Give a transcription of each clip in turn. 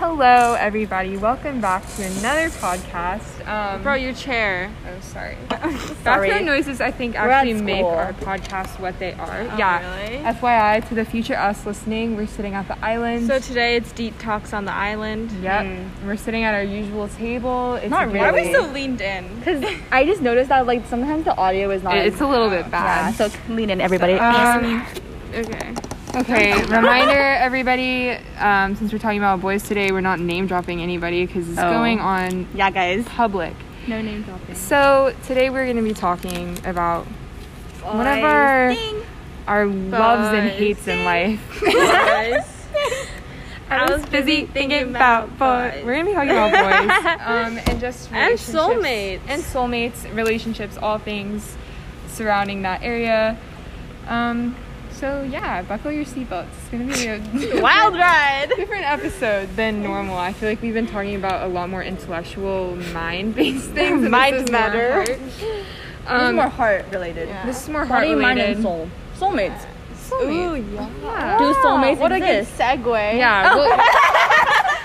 Hello, everybody. Welcome back to another podcast. Um, Bro, your chair. oh, sorry. Sorry. Background noises, I think, We're at actually make school. our podcast what they are. Oh, yeah. really? FYI, to the future us listening, we're sitting at the island. So today it's deep talks on the island. yep. We're sitting at our usual table. It's Not very- Why are we Really? so leaned in? Because I just noticed that like sometimes the audio is not. It- It's a little bit yeah. bad. So lean in, everybody. Um, Okay. okay, reminder everybody, um, since we're talking about boys today, we're not name dropping anybody because it's Oh. going on yeah, guys. public. No name dropping. So today we're going to be talking about one of our our loves and Boys. hates in life. I was busy thinking about boys. We're gonna be talking about boys um, and just And relationships. soulmates. and soulmates, relationships, all things surrounding that area. Um, so yeah, buckle your seatbelts. It's gonna be a Wild ride. different episode than normal. I feel like we've been talking about a lot more intellectual mind-based things. and Mind this is matter. More heart. this is um, more heart related. this is more heart Body, mind, related. and soul. Soulmates. Ooh, yeah. Yeah. Do soulmates what exist? a good segue. Yeah. we'll-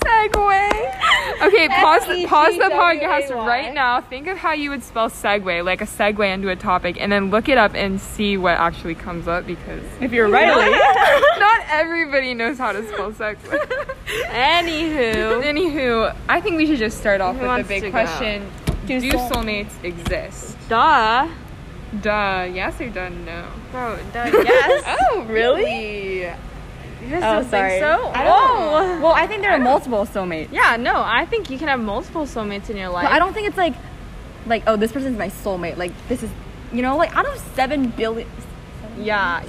Segue. Okay, pause the, pause E the S-E-G-W-A-Y. podcast right now. Think of how you would spell segue, like a segue into a topic, and then look it up and see what actually comes up because if you're Riley. not everybody knows how to spell segue. Anywho. Anywho, I think we should just start off Who with wants the big to go? question Do, Do soul- soulmates exist? Duh. Oh, Duh, yes or duh, no? Bro, duh. Yes. Oh, really? You guys Oh, don't sorry. think so? Oh. I don't know. well, I think there are multiple soulmates. Yeah, no, I think you can have multiple soulmates in your life. But I don't think it's like, like oh, this person's my soulmate. Like this is, you know, like out of seven billion. Yeah.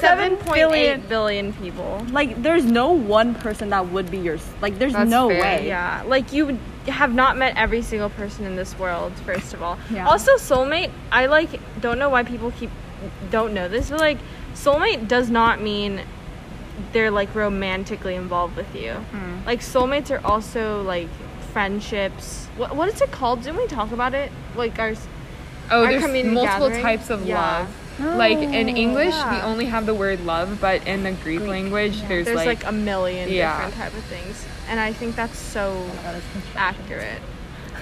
Seven point eight billion people. Like there's no one person that would be yours. Like there's That's no fair, way. Yeah. Like you would- have not met every single person in this world, first of all. Yeah. Also soulmate, I like don't know why people keep don't know this, but like soulmate does not mean they're like romantically involved with you. Like soulmates are also like friendships. What what is it called? Didn't we talk about it? Like our s- Oh, Our there's community multiple gathering? types of Yeah. Oh, love. like in English, we yeah. only have the word love, but in the Greek, language, there's, there's like, like, a million Yeah. different type of things and i think that's so Oh God, it's construction.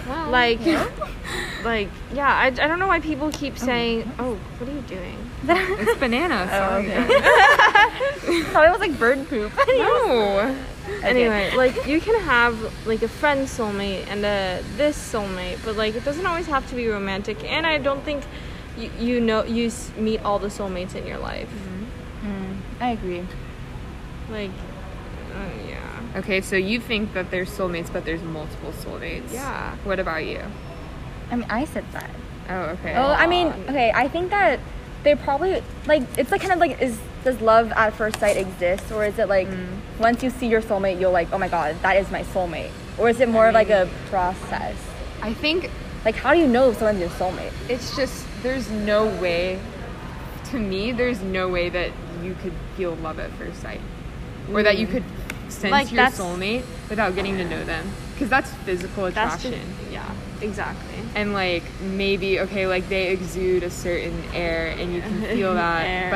accurate like like yeah I, I don't know why people keep saying oh what are you doing it's banana. Oh, Sorry. Probably was like bird poop. No. anyway like you can have like a friend soulmate and a this soulmate but like it doesn't always have to be romantic and i don't think you, you know you s- meet all the soulmates in your life Mm-hmm. I agree. like uh, yeah Okay, so you think that there's soulmates, but there's multiple soulmates. Yeah. What about you? I mean, I said that. Oh, okay. Oh, I mean, okay. I think that they probably like it's like kind of like is does love at first sight exist, or is it like once you see your soulmate, you're like, oh my god, that is my soulmate, or is it more of like a process? I think Like, how do you know if someone's your soulmate? it's just there's no way. To me, there's no way that you could feel love at first sight, or that you could sense Mm. Like, your that's- soulmate without getting to know them, because that's physical that's attraction. just, yeah exactly and like maybe okay like they exude a certain air and you can feel that Air.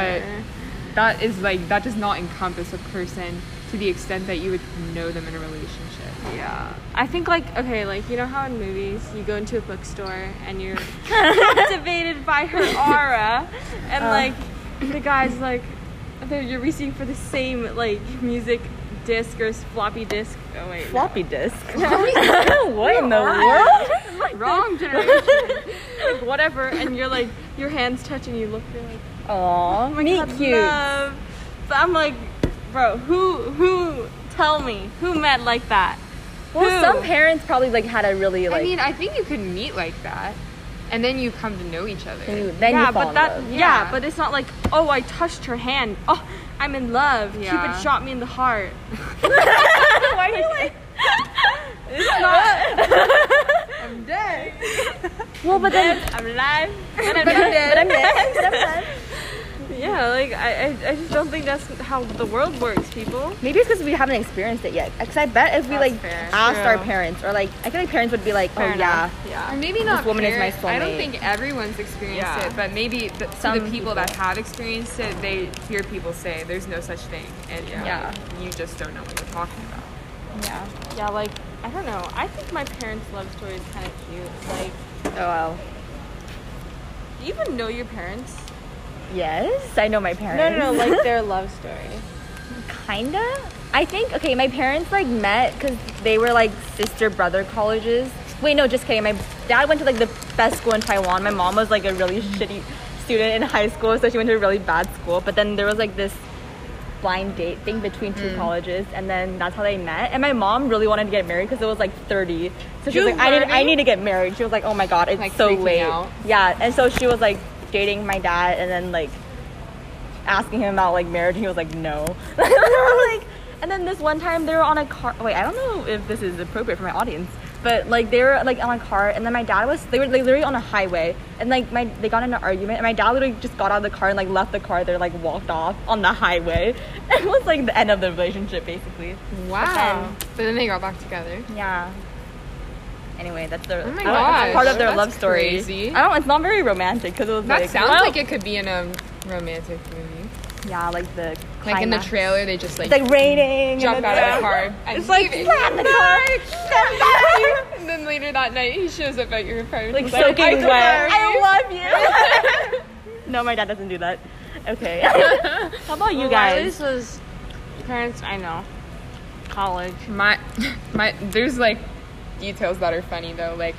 but that is like that does not encompass a person to the extent that you would know them in a relationship Yeah. I think like okay, like you know how in movies you go into a bookstore and you're captivated by her aura and Uh. like the guy's like they're- you're reaching for the same like music disc or s- floppy disc. Oh wait. no. Floppy disk. what in the world? wrong generation Like, whatever and you're like your hands touch and you look you're like Aw, "Oh my meet God, cute. love." But I'm like, bro, who who tell me who met like that? Well, Who? some parents probably like had a really like. i mean i think you could meet like that and then you come to know each other then you, then yeah, you fall but in that love. yeah. Yeah. but it's not like oh I touched her hand. Oh, I'm in love. Yeah. Cupid shot me in the heart. Why do you like? It's not. Well, but then. I'm alive. but I'm dead. But I'm dead. But I'm dead. Yeah, like I, I, I just don't think that's how the world works, people. Maybe it's because we haven't experienced it yet. Because I bet if we That's like fair. asked our True. parents, or like I feel like parents would be like, Fair oh enough. Or yeah. maybe not. woman is my parent- I don't soulmate. think everyone's experienced Yeah. it, but maybe the, some Some the people, people. that have experienced it, they hear people say there's no such thing, and like, Yeah. you just don't know what you're talking about. yeah, Yeah, like I don't know. I think my parents' love story is kind of cute. Like, yeah. Oh well. do you even know your parents? Yes, I know my No, parents. no, no. Like their love story. kinda. I think okay, my parents like met because they were like sister brother colleges. Wait, no, just kidding. My dad went to like the best school in Taiwan. My mom was like a really Mm-hmm. shitty student in high school, so she went to a really bad school. But then there was like this blind date thing between Mm. two colleges, and then that's how they met. And my mom really wanted to get married because it was like thirty, so she You was like, I need, I learning? need to get married. She was like, Oh my god, it's Like, so freaking late. out. Yeah, and so she was like dating my dad, and then like asking him about like marriage, and he was like, no. like, and then this one time they were on a car. Wait, I don't know if this is appropriate for my audience, but like they were like on a car, and then my dad was they were like, literally on a highway, and like my they got in an argument, and my dad literally just got out of the car and like left the car. They like walked off on the highway. It was like the end of the relationship, basically. Wow. But then they got back together. Yeah. Anyway, that's the Oh my I don't- that's gosh, part of their that's love story. crazy. I don't. It's not very romantic because it was That like sounds well, like it could be in a romantic movie. yeah, like the Like in the climax. trailer, they just like, It's like raining. and jump then- out of the car. And It's like, leave it. Slam the car. and then later that night, he shows up at your apartment. like He's soaking "I wet. love you." I love you. no, my dad doesn't do that. Okay. How about you guys? This was parents. I know. College. my my there's like details that are funny though like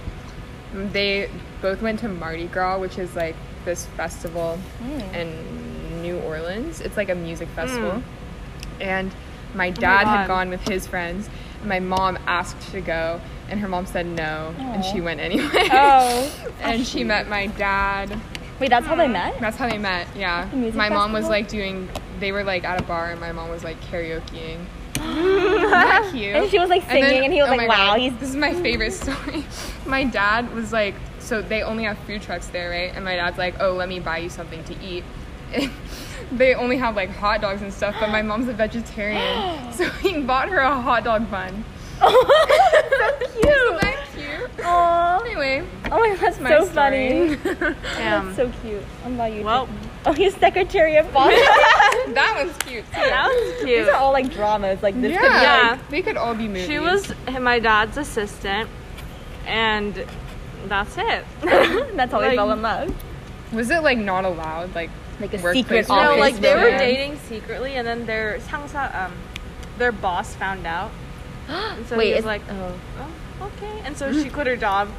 they both went to mardi gras which is like this festival Hmm. in new orleans it's like a music festival and Hmm. Oh my dad had God. gone with his friends and my mom asked to go and her mom said no and she went anyway Oh. and she met my dad Wait, that's how they met. that's how they met yeah my music mom was festival? like doing they were like at a bar and my mom was like karaokeing Isn't that cute And she was like singing, and, then- he was oh my like, "Wow, God, he's." this is my favorite story. my dad was like, so they only have food trucks there, right? And my dad's like, oh, let me buy you something to eat. they only have like hot dogs and stuff, but my mom's a vegetarian, so he bought her a hot dog bun. Isn't that cute? Aw. Anyway, Oh my god, that's my so story. funny. Damn. That's so cute. I'm about you. well, Oh, he's Secretary of Boston. that one's cute. Too. that was cute. These are all like dramas. Like this. Yeah, Could be, like, Yeah. they could all be movies. She was my dad's assistant, and that's it. That's how they Like- fell in love. Was it like not allowed? Like Like a Workplace secret No, No, office. like they were romance. dating secretly, and then their 상사, um, their boss found out. And so Wait, he was is- like, oh. oh, okay. And so she quit her job.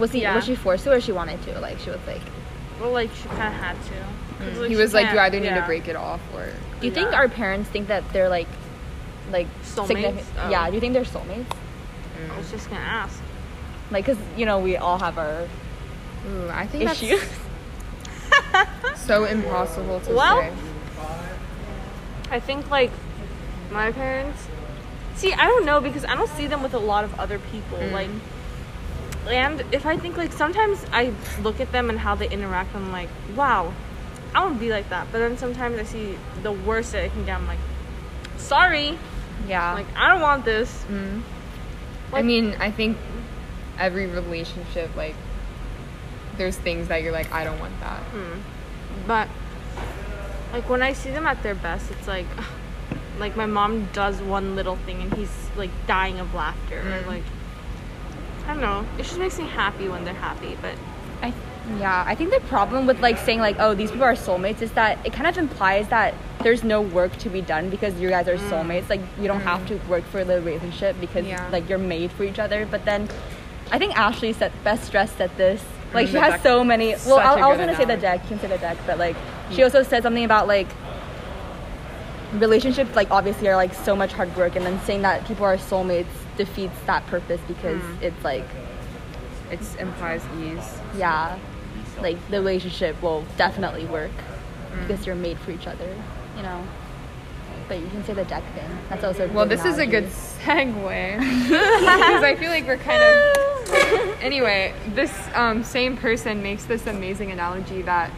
Was he? Yeah. Was she forced to, or she wanted to? Like she was like. Well, like she kind of had to. 'Cause, Mm. he she was like, you can't- either need yeah. to break it off or. Do you think Yeah. our parents think that they're like, like Soulmates? significant- Oh. Yeah. Do you think they're soulmates? I was just gonna ask. Like, cause you know we all have our Ooh, I think that's issues. so impossible to Well, say. I think like my parents. See, I don't know because I don't see them with a lot of other people. Like, and if I think like sometimes I look at them and how they interact, I'm like, wow, I want to be like that. But then sometimes I see the worst that I can get. I'm like, sorry, yeah. like I don't want this. I mean, I think every relationship, like, there's things that you're like, I don't want that. Hmm. But like when I see them at their best, it's like. Like my mom does one little thing and he's like dying of laughter. Mm-hmm. Or like I don't know. It just makes me happy when they're happy, but I, yeah. I think the problem with like saying like, oh, these people are soulmates, is that it kind of implies that there's no work to be done because you guys are soulmates. Like, you don't have to work for the relationship because Mm. Yeah. like you're made for each other. But then, I think Ashley said best dressed at this. Like, Mm, she the has deck- so many. Well, such I, a I was good gonna say the analogy. deck, you can say the deck, but like, she also said something about like relationships like obviously are like so much hard work and then saying that people are soulmates defeats that purpose because Mm. it's like It implies ease. yeah like the relationship will definitely work Mm. because you're made for each other you know but you can say the deck thing that's also a Well, good this is a good analogy. segue because I feel like we're kind of. Anyway, this um, same person makes this amazing analogy that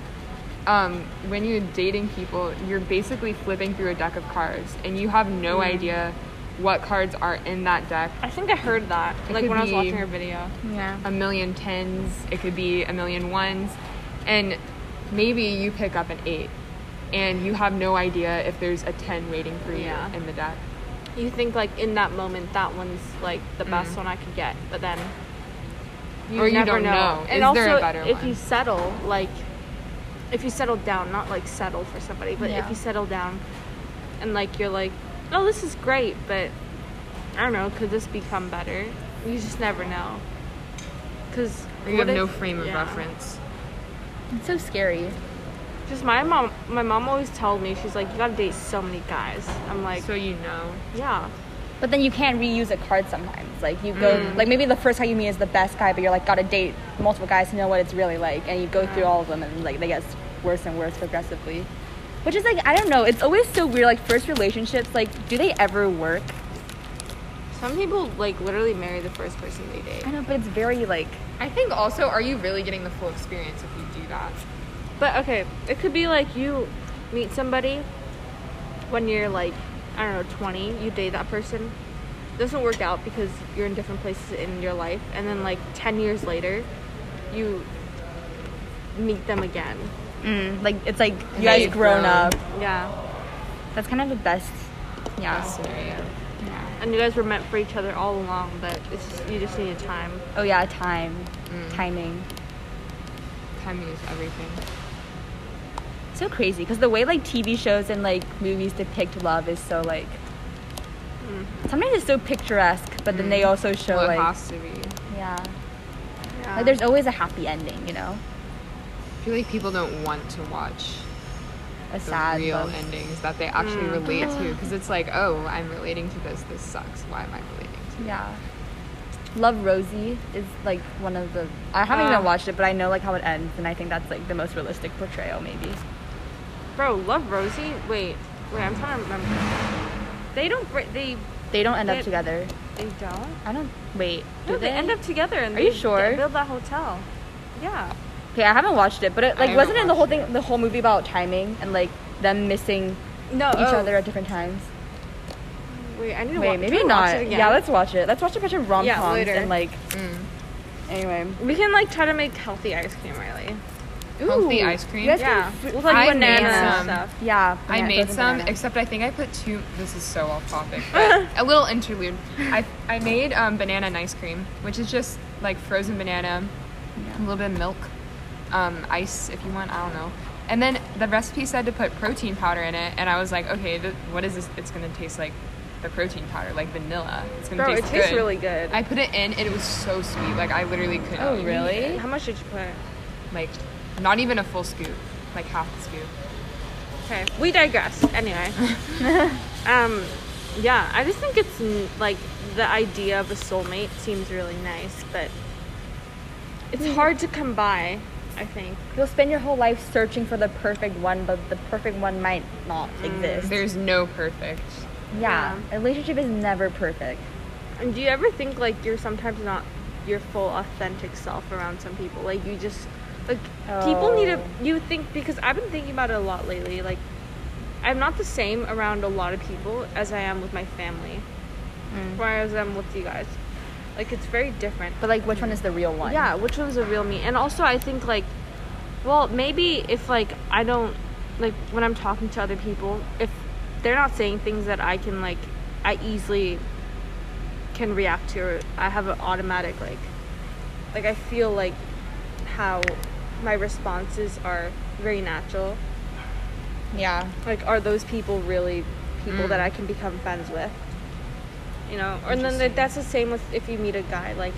um, when you're dating people, you're basically flipping through a deck of cards, and you have no Mm. idea what cards are in that deck. I think I heard that It like could when I was be- watching her video. Yeah. a million tens, it could be a million ones, and maybe you pick up an eight, and you have no idea if there's a ten waiting for you Yeah. in the deck. You think like in that moment that one's like the best one I could get, but then Mm-hmm. Or you don't know. And Is also, there a better if you one? settle, like if you settle down, not like settle for somebody, but Yeah. if you settle down and like you're like, oh, this is great, but I don't know, could this become better? You just never know. Cause Or you what have no if- frame of yeah. reference. It's so scary. Just my mom, my mom always told me she's like, you gotta date so many guys. I'm like, so you know. yeah. But then you can't reuse a card sometimes. Like you go, Mm. like maybe the first guy you meet is the best guy, but you're like gotta date multiple guys to know what it's really like, and you go through all of them, and like they get worse and worse progressively. Which is like I don't know. It's always so weird. Like first relationships, like do they ever work? Some people like literally marry the first person they date. I know, but it's very like I think also, are you really getting the full experience if you do that? But okay, it could be like you meet somebody when you're like, I don't know, 20, you date that person. doesn't work out because you're in different places in your life. And then like 10 years later, you meet them again. mm, like it's like you They've guys grown, grown. up. Yeah. That's kind of the best. Yeah. Scenario. And you guys were meant for each other all along, but it's just, you just needed time. Oh yeah, time, timing. Timing is everything. So crazy because the way like TV shows and like movies depict love is so like. Sometimes it's so picturesque, but then they also show well, it like has to be. yeah. Yeah. Like there's always a happy ending, you know? I feel like people don't want to watch A the sad Mm. real love. endings that they actually relate to because it's like, oh, I'm relating to this. This sucks. Why am I relating to? Yeah. Love Rosie is like one of the I haven't Uh. even watched it, but I know like how it ends and I think that's like the most realistic portrayal maybe. Bro, Love Rosie? Wait, wait, I'm trying to remember. They don't, break- they, They don't end They- up together. they don't? I don't wait. No, do they, end up together and Are you they sure? build that hotel. Yeah. Okay, I haven't watched it, but it, like haven't wasn't it the whole watched thing the whole movie about timing and like them missing No, each other at different times? Wait, I need to wa- Wait, can maybe Oh, we not. Watch it again? Yeah, let's watch it. Let's watch a bunch of rom coms later. and like Mm. anyway. we can like try to make healthy ice cream, Riley. Healthy Ooh, ice cream? You guys Yeah, yeah. with like I banana made and some. stuff. yeah. I bana- made frozen some, banana. except I think I put two. This is so off topic. But a little interlude. I, I made um, banana and ice cream, which is just like frozen banana, a little bit of milk, um, ice if you want. I don't know. And then the recipe said to put protein powder in it, and I was like, okay, th- what is this? It's gonna taste like the protein powder, like vanilla. It's gonna Bro, it taste tastes good. really good. I put it in, and it was so sweet. Like I literally couldn't. Oh, eat really? it. How much did you put? Like, not even a full scoop, like half a scoop. Okay, we digress. Anyway, um, yeah, I just think it's n- like the idea of a soulmate seems really nice, but it's hard to come by. I think. You'll spend your whole life searching for the perfect one, but the perfect one might not exist. There's no perfect. yeah. a relationship is never perfect. And do you ever think like you're sometimes not your full authentic self around some people? Like you just like people need to Oh. you think because I've been thinking about it a lot lately. Like I'm not the same around a lot of people as I am with my family. Whereas I'm with you guys. Like it's very different. But like, which one is the real one? Yeah, which one's the real me? And also, I think like, well, maybe if like I don't like when I'm talking to other people, if they're not saying things that I can like, I easily can react to. Or I have an automatic like, like I feel like how my responses are very natural. yeah. Like, are those people really people Mm. that I can become friends with? You know, and then th- that's the same with if you meet a guy. Like,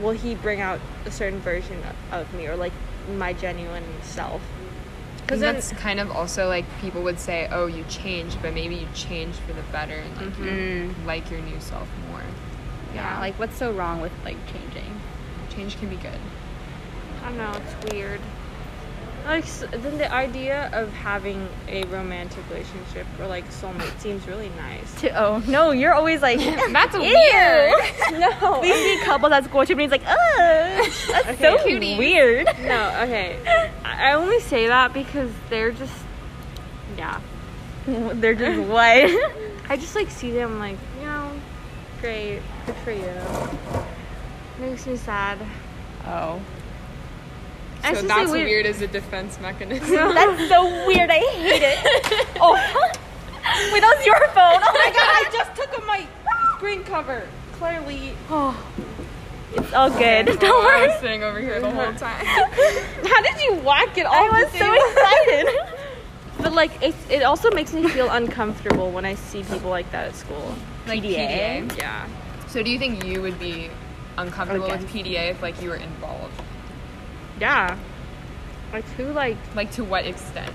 will he bring out a certain version o- of me or like my genuine self? Because Because then, that's kind of also like people would say, "Oh, you changed," but maybe you changed for the better and like you like your new self more. yeah, like Like, what's so wrong with like changing? Change can be good. I don't know, it's weird. Like s- then the idea of having a romantic relationship or like soulmate seems really nice. To, oh no, you're always like That's ew. weird. No. We see couples that go to and he's like, ugh, that's so Cuties. weird. No, okay. I I only say that because they're just yeah. They're just what? I just like see them like, you know, great, good for you. Makes me sad. Oh, I was So just that's like, wait- weird as a defense mechanism. that's so weird. I hate it. Oh, wait, that was your phone. Oh my god, I just took a mic. Screen cover. Clearly Oh, it's all good. Don't Oh, I worry. was sitting over here the whole time. How did you whack it all? I was the so same- excited. But like, it, it also makes me feel uncomfortable when I see people like that at school. Like PDA. PDA. Yeah. So do you think you would be uncomfortable with Against PDA if like you were involved? Yeah. Like who? Like Like to what extent?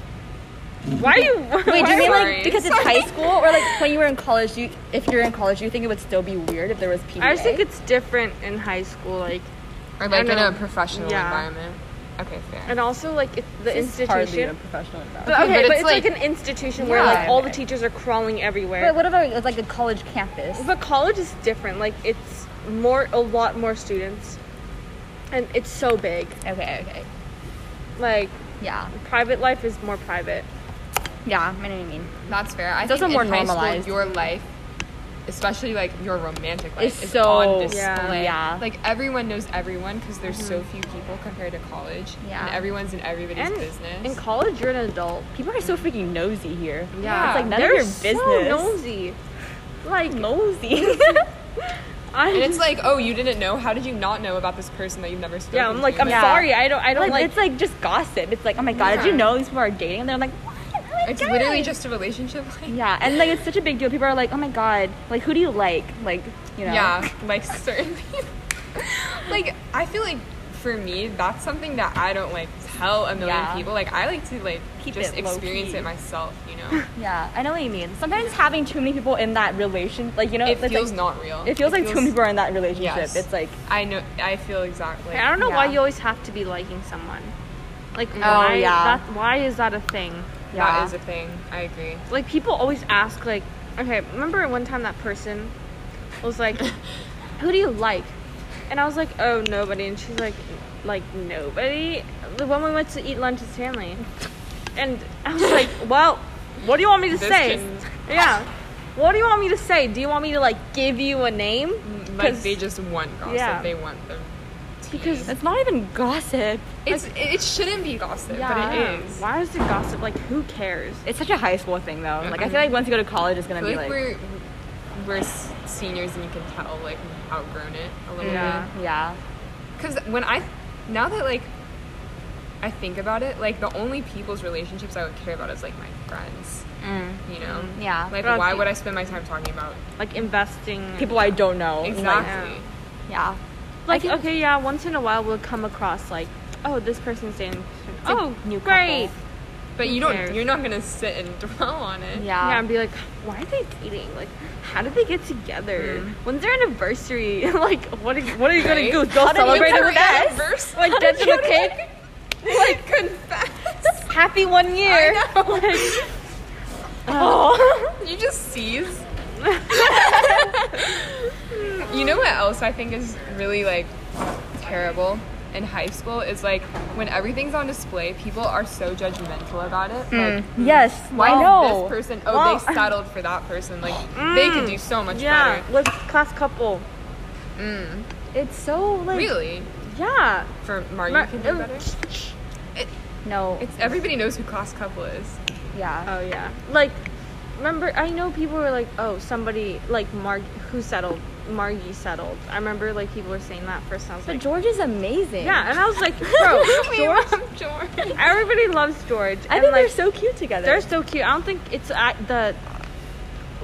why are you? Wait, do you mean Sorry. like because it's high school or like when you were in college? You, if you're in college, you think it would still be weird if there was PDA? I just think it's different in high school, like, Or like, like in in know. a professional Yeah. environment? Okay, fair. and also like it's the It's hardly a institution. professional environment. But, okay, but, it's, like, like- an institution where Yeah. like all the Okay. teachers are crawling everywhere. But what about it's like a college campus? But college is different. Like it's more, a lot more students, and it's so big. Okay, okay, Like yeah, private life is more private. yeah. I know what you mean. That's fair. I It's think also more in high normalized. school, your life, especially like your romantic life, It's is so- on display. yeah, yeah. Mm-hmm. Like everyone knows everyone because there's so few people compared to college. Yeah. And everyone's in everybody's and business. in college, you're an adult. People are so freaking nosy here. Yeah. it's like none They're of your business. So nosy. like nosy. I'm and it's like, oh, you didn't know? How did you not know about this person that you've never spoken yeah. I'm like to? I'm Yeah. sorry. I don't. I don't like, like. it's like just gossip. It's like oh my god, did Yeah. you know these people are dating? And they're like, what? Oh my It's God." literally just a relationship. Like, yeah, and like it's such a big deal. People are like, oh my god, like who do you like? Like you know. Yeah, like certain people. like I feel like for me, that's something that I don't like tell a million Yeah. people. Like I like to like Keep just it low experience key. it myself. You know, Yeah, I know what you mean. Sometimes having too many people in that relation, like you know, it it's like- feels not real. it feels like too many people are in that relationship. Yes. It's like I know. I feel exactly. I don't know why yeah. you always have to be liking someone. Like Oh, why? yeah. That, why is that a thing? yeah. That is a thing. I agree. Like people always ask. Like okay, remember one time that person was like, "Who do you like?" And I was like, "Oh, nobody." And she's like, "Like nobody." The one we went to eat lunch with Stanley, and I was like, "Well, what do you want me to This say?" just- Yeah. What do you want me to say? Do you want me to like give you a name? Like they just want gossip. Yeah. They want them. because it's not even gossip. It's it shouldn't be gossip, but it is. Why is it gossip? Like who cares? It's such a high school thing though. Like I feel like once you go to college, it's I gonna feel be like like, we're we're s- seniors and you can tell like we've outgrown it a little Yeah. bit. yeah, Because when I, now that like, I think about it, like the only people's relationships I would care about is like my friends, you know? yeah. Like, Mm. Well, why it's- would I spend my time talking about Like investing people I don't know. Like, exactly? yeah. Like I think- okay, yeah. Once in a while, we'll come across like, oh, this person's dating. a Oh, new great. couple. But Who you don't. cares? You're not gonna sit and dwell on it. Yeah. Yeah, and be like, why are they dating? Like, how did they get together? When's their anniversary? like, what are you, what are you Right. gonna do? Go How did you celebrate come it with us? back? Confess. Like, get them a cake. Like confess. Happy one year. Oh. You just seize. you know what else I think is really like terrible in high school is like when everything's on display, people are so judgmental about it. Mm. Like yes, I know. This person, oh, Well- they settled for that person. Like they could do so much Mm. yeah, better. with class couple. It's so like Really, Yeah. for Mario, Mar- uh, you can do better. no. It's everybody knows who class couple is. yeah. Oh yeah. Like, remember? I know people were like, "Oh, somebody like Marg who settled, Margie settled." I remember like people were saying that first. And I was But like, George is amazing. "Yeah," and I was like, "Bro, We George." love George. Everybody loves George. I and, think like, they're so cute together. they're so cute. I don't think it's at the.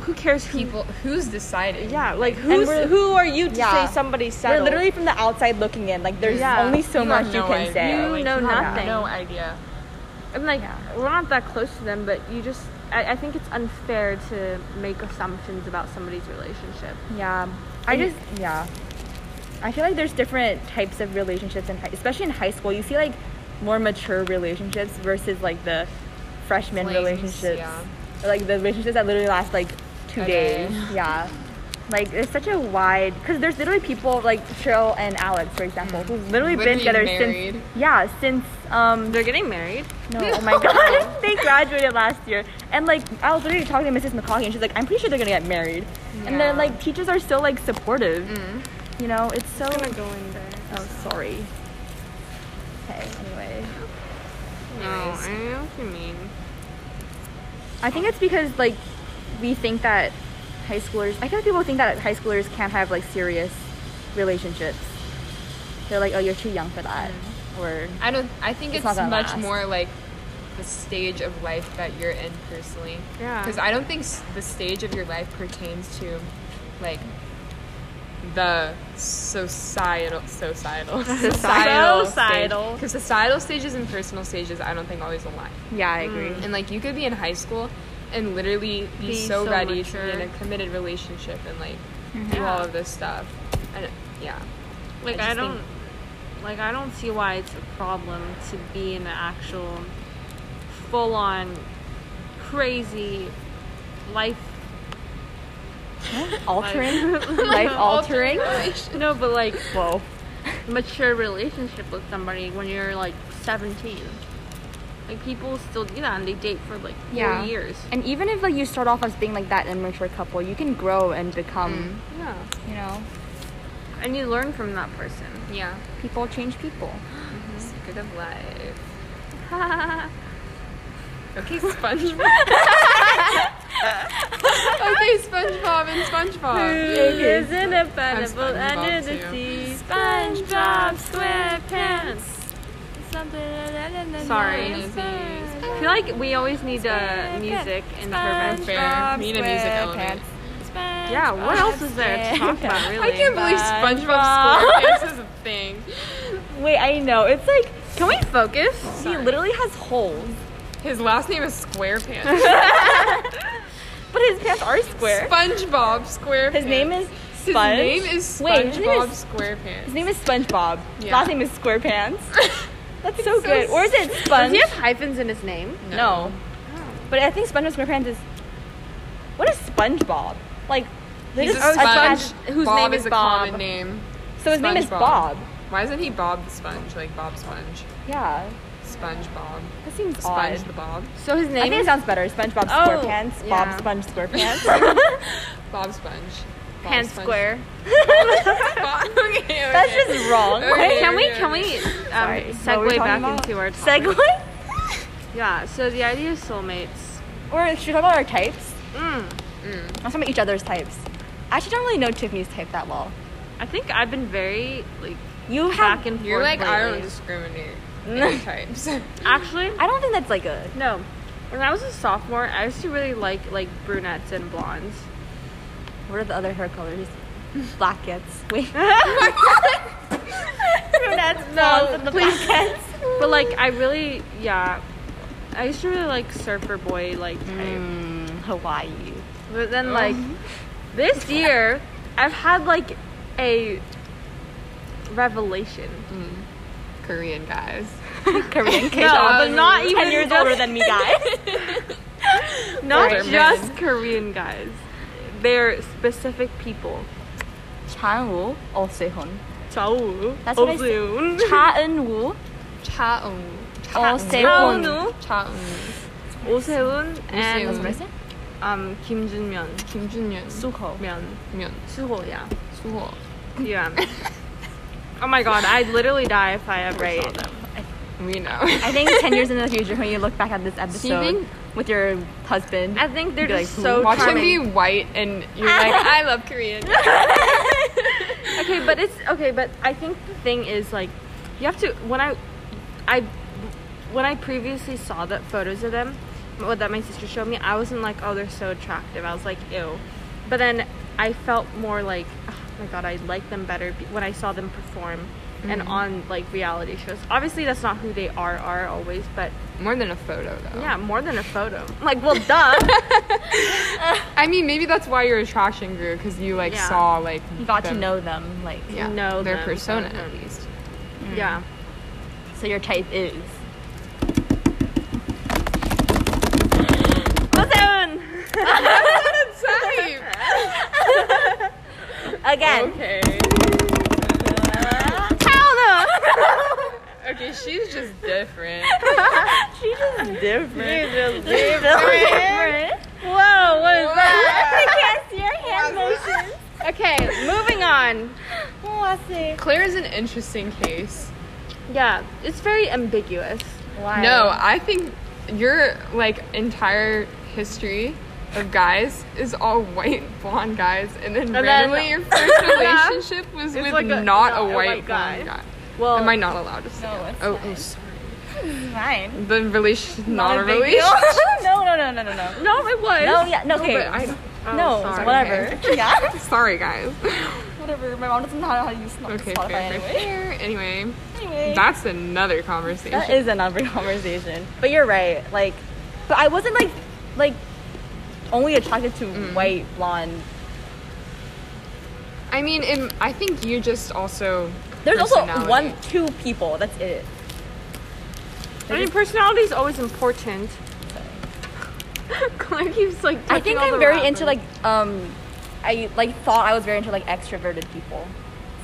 Who cares who? People, who's deciding? Yeah, like who's we're- who are you to Yeah. say somebody We're settled? literally from the outside looking in. Like there's Yeah. only so You much have you no can idea, say. You like, know you have nothing. No idea. I'm like, we're not that close to them, but you just. I, I think it's unfair to make assumptions about somebody's relationship. Yeah. I just yeah. I feel like there's different types of relationships in high, especially in high school. You see like more mature relationships versus like the freshman Flings, relationships. yeah. Or, like the relationships that literally last like two A day. days. Yeah. Like there's such a wide because there's literally people like Cheryl and Alex, for example, who've literally, Literally been together Mm. married. since yeah, since um They're getting married. no, oh my god, they graduated last year, and like I was literally talking to Mrs. McCaughey, and she's like, I'm pretty sure they're gonna get married, and then Yeah. like teachers are still like supportive. You know, Mm. it's so. I'm gonna go in there. Oh, sorry. Okay. Anyway, No, I know what you mean. I think it's because like we think that high schoolers. I think people think that high schoolers can't have like serious relationships. They're like, oh, you're too young for that, or I don't. I think It's it's, not gonna much last. more like the stage of life that you're in personally. Yeah. Because I don't think s- the stage of your life pertains to, like, the societal, societal, societal, Societal. Because societal stages and personal stages, I don't think always align. Mm. yeah, I agree. And like, you could be in high school and literally be, Be so, so ready to mature. Mm-hmm. be in a committed relationship and like do Yeah. all of this stuff. And yeah, Like I I, just don't like I don't see why it's a problem to be in an actual full on crazy life Altering, life altering. no but like Whoa. mature relationship with somebody when you're like 17 like people still do that and they date for like four Yeah. years And even if like you start off as being like that immature couple, you can grow and become, yeah you know, and you learn from that person yeah, people change people. secret of life. okay Okay, SpongeBob. okay, SpongeBob and SpongeBob. lives in a pineapple under the sea? SpongeBob SquarePants Sorry. I feel like we always need a music intervention. Fair. We need a music element. Yeah, what else is there to talk about, I really? can't believe SpongeBob SquarePants is a thing. Wait, I know. It's like Can we focus? he literally has holes, His last name is SquarePants. but his pants are square. SpongeBob SquarePants. His name is His Sponge. name is Wait, his name SpongeBob is, SquarePants. his name is SpongeBob. Yeah. Last name is SquarePants. That's so, so good. Or is it Does Sponge? he have hyphens in his name? No. But I think SpongeBob SquarePants is. What is SpongeBob? Like, they He's a just attach- sponge whose Bob name is, a Bob. common name. So his name is SpongeBob. Bob. Why isn't he Bob the Sponge? Like Bob Sponge, Yeah, SpongeBob, that seems Sponge odd. the Bob, So his I name think it is sounds better. SpongeBob Oh, SquarePants, yeah. Bob Sponge SquarePants. Bob Sponge, Bob Pants Sponge. Square. Bob- okay, okay. That's just wrong. Okay. Can we okay, can we Sorry. um, What were we segue back talking about? into our topic? Segue? Yeah. So the idea of soulmates. or should we talk about our types? Mm, Let's talk about each other's types. I actually don't really know Tiffany's type that well. I think I've been very like You have. back and forth. You're like I don't lately. discriminate in types. Actually, I don't think that's like a. no. When I was a sophomore, I used to really like like brunettes and blondes. What are the other hair colors? Blackettes. Wait. Brunettes, blondes, and the blackettes. But like I really yeah. I used to really like surfer boy like type. Mm, Hawaii. But then like this year I've had like a revelation. Korean guys. Korean K but not even 10 years just- older than me, guys. Not Older just men. Korean guys. They're specific people. Chanwoo, Oh Sehun. Chao. That's what I said. Cha Eun-woo, Chaung. Oh Sehun. Chaung. Oh Se-hoon That's what I and said. um Kim Jin-myun. Kim Junyoon. Suho. Myun. Myun. Suho, yeah. Suho. Yeah. oh my god, I'd literally die if I ever saw Right. them. We know. I think 10 years in the future, when you look back at this episode think- with your husband, I think they're Be just like, so Watch him charming. be white and you're like, I love Korean. okay, but it's okay, but I think the thing is like you have to when I I when I previously saw the photos of them, what that my sister showed me, I wasn't like, oh, they're so attractive. I was like, ew. But then I felt more like, oh my god, I like them better be- when I saw them perform and Mm-hmm. on like reality shows. Obviously, that's not who they are are always, but More than a photo though. yeah, more than a photo. Like, well, duh. I mean, maybe that's why your attraction grew because you like Yeah. saw like you got to them- know them. Like, yeah, know their them, persona know at them. least. yeah. so so your type is. Listen! Again. okay. Hell Oh. Okay, she's just different. She's just different. just She's so different. Whoa, what is I can't see her hand motions. Okay, moving on. Blessing. Claire is an interesting case. Yeah, it's very ambiguous. Why? No, I think your like entire history of guys is all white blonde guys, and then then- randomly your first Yeah. relationship was It's with like a- not a, not white, blonde guy. Well, Am I not allowed to say? No, that? it's oh, fine. I'm sorry. Fine. the relation, not, a big deal. relation. no, no, no, no, no, no. No, it was. No, yeah, no, No, okay. but I- Oh, no, sorry. whatever. Yeah. sorry, guys. Whatever. My mom doesn't know how to use Spotify Okay, fair, fair, anyway. fair. Anyway, Anyway. that's another conversation. That is another conversation. But you're right. Like, but I wasn't like, like, only attracted to Mm. white blonde. I mean, it, I think you just also. There's also personality. one, two people. That's it. I mean, personality is always important. Claire keeps like. I touching think all I'm the very wrappers. into like, um, I like thought I was very into like extroverted people.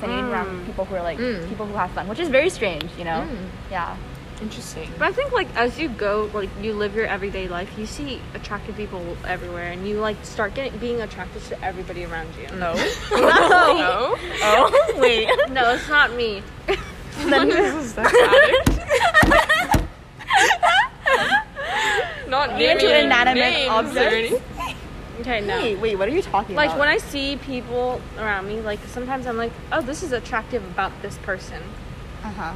So hanging around people who are like Mm. people who have fun, which is very strange, you know. Mm. Yeah. Interesting. But I think like as you go, like you live your everyday life, you see attractive people everywhere, and you like start getting being attracted to everybody around you. No. No. Oh wait. No, it's not me. Not Into naming inanimate names or objects? anything. Okay, no. Wait, wait. What are you talking Like about? when I see people around me, like sometimes I'm like, oh, this is attractive about this person, Uh huh.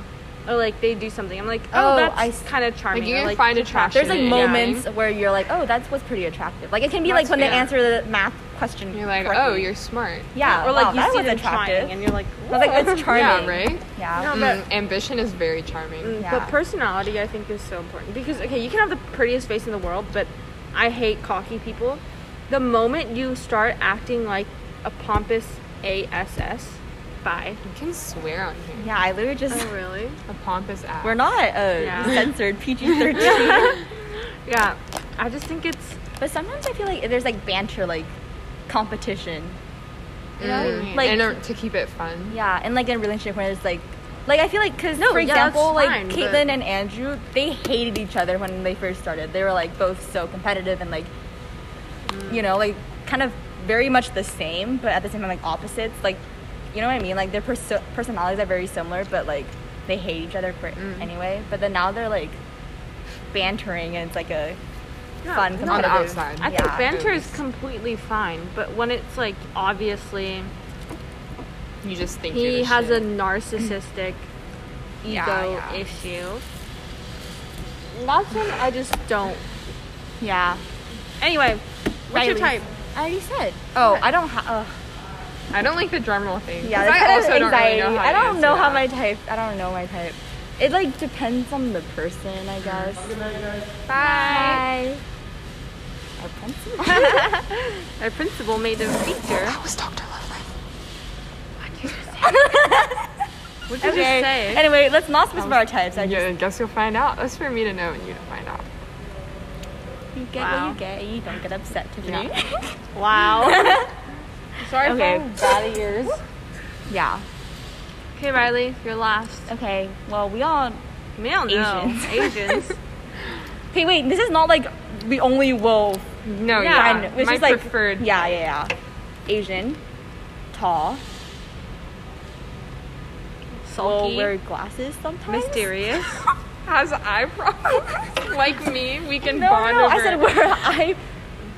or like they do something. I'm like, oh, Oh, I that's s- kind of charming. Like you or, can find attraction. There's like in moments where you're like, oh, that's what's pretty attractive. Like it can be like That's- when they yeah. answer the math question. anything. You're like, correctly. oh, you're smart. yeah. or like wow, that you see was them attractive. trying, and you're like, I was like, "Whoa." it's charming. Yeah, right. Yeah. No, but Mm, ambition is very charming. Mm, Yeah. But personality, I think, is so important because okay, you can have the prettiest face in the world, but I hate cocky people. The moment you start acting like a pompous ass, bye. You can swear on here. Yeah, I literally just. really? A pompous ass. We're not uh, Yeah. censored PG 13. Yeah, I just think it's but sometimes I feel like there's like banter, like competition. You Mm. know, Mm. like- and uh, to keep it fun. Yeah, and like in a relationship where it's like. Like I feel like, cause for yeah, example, that's like fine, but- Caitlyn and Andrew, they hated each other when they first started. They were like both so competitive and like, Mm. you know, like kind of very much the same, but at the same time like opposites. Like, you know what I mean? Like their perso- personalities are very similar, but like they hate each other for Mm. anyway. But then now they're like bantering, and it's like a fun no, competitive. On the outside. I think Yeah. banter is completely fine, but when it's like obviously You just think he you're the has shit. a narcissistic ego Yeah, yeah. issue, that's when I just don't. Yeah. Anyway, what's your Riley. type? I already said. Oh, I don't have. I don't like the drumroll thing. Yeah, 'cause I that's kind also of don't anxiety. really know how I to don't answer know how that. my type. I don't know my type. It like depends on the person, I guess. Bye. Our principal. Our principal made a feature. That was Dr. Love. What did you Okay. say? Anyway, let's not specify our types. I Yeah, just I guess you'll find out. That's for me to know and you to find out. you get Wow. what you get. and You don't get upset, Tiffany. Wow. Sorry Okay. for bad of yours. yeah. Okay, Riley, you're last. Okay. Well, we all. We don't know. Asians. Hey, wait. This is not like the only will No, yeah, yeah. and which my is like preferred. Yeah, yeah, yeah. Asian, tall, will Sulky. Oh, wear glasses sometimes. Oh, mysterious. Has eyebrows. like me, we can No, bond no, over. I said wear eye.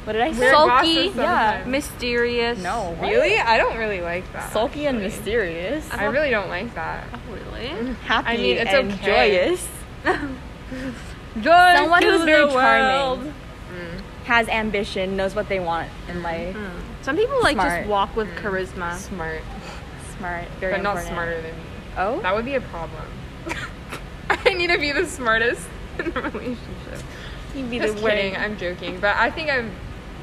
What did I say? Wear Sulky. glasses yeah. sometimes. mysterious. No, what? Really? I don't really like that. Sulky and mysterious. I really don't like that. Uh-huh. Really? Happy I mean, it's and okay. joyous. Joy Someone to who's the very world. charming, Mm. has ambition, knows what they want in life. Mm. Some people like Smart. just walk with charisma. Smart, Smart, very but not important. smarter than me. Oh, That would be a problem. I need to be the smartest in a relationship. you'd be Just the kidding, winning. I'm joking. But I think I'm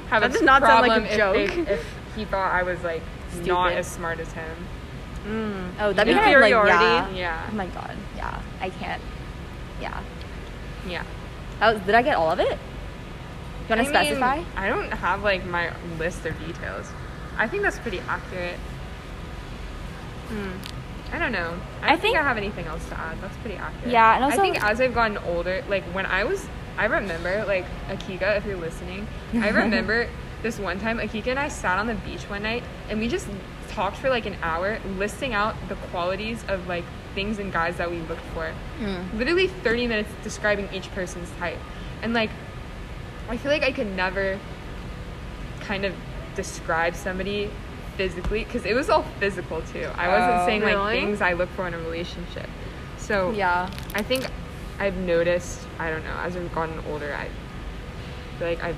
have That a does not sound problem like a if, they- joke. if he thought I was like not Stupid. as smart as him. Mm. Oh, that'd be Yeah. kind of like Inferiority. yeah. Yeah. Oh my god, yeah, I can't. yeah. Yeah. That was, did I get all of it? You want to I mean, specify? I don't have like my list of details. I think that's pretty accurate. Hmm. I don't know. I, don't think, I have anything else to add. That's pretty accurate. Yeah, and I also- think as I've gotten older, like when I was, I remember like Akika, if you're listening, I remember this one time Akika and I sat on the beach one night and we just talked for like an hour, listing out the qualities of like things and guys that we looked for. Hmm. Literally 30 minutes describing each person's type, and like I feel like I could never kind of describe somebody physically because it was all physical too. I wasn't Oh. saying like Really? things I look for in a relationship. So yeah. I think I've noticed. I don't know. As I've gotten older, I feel like I've.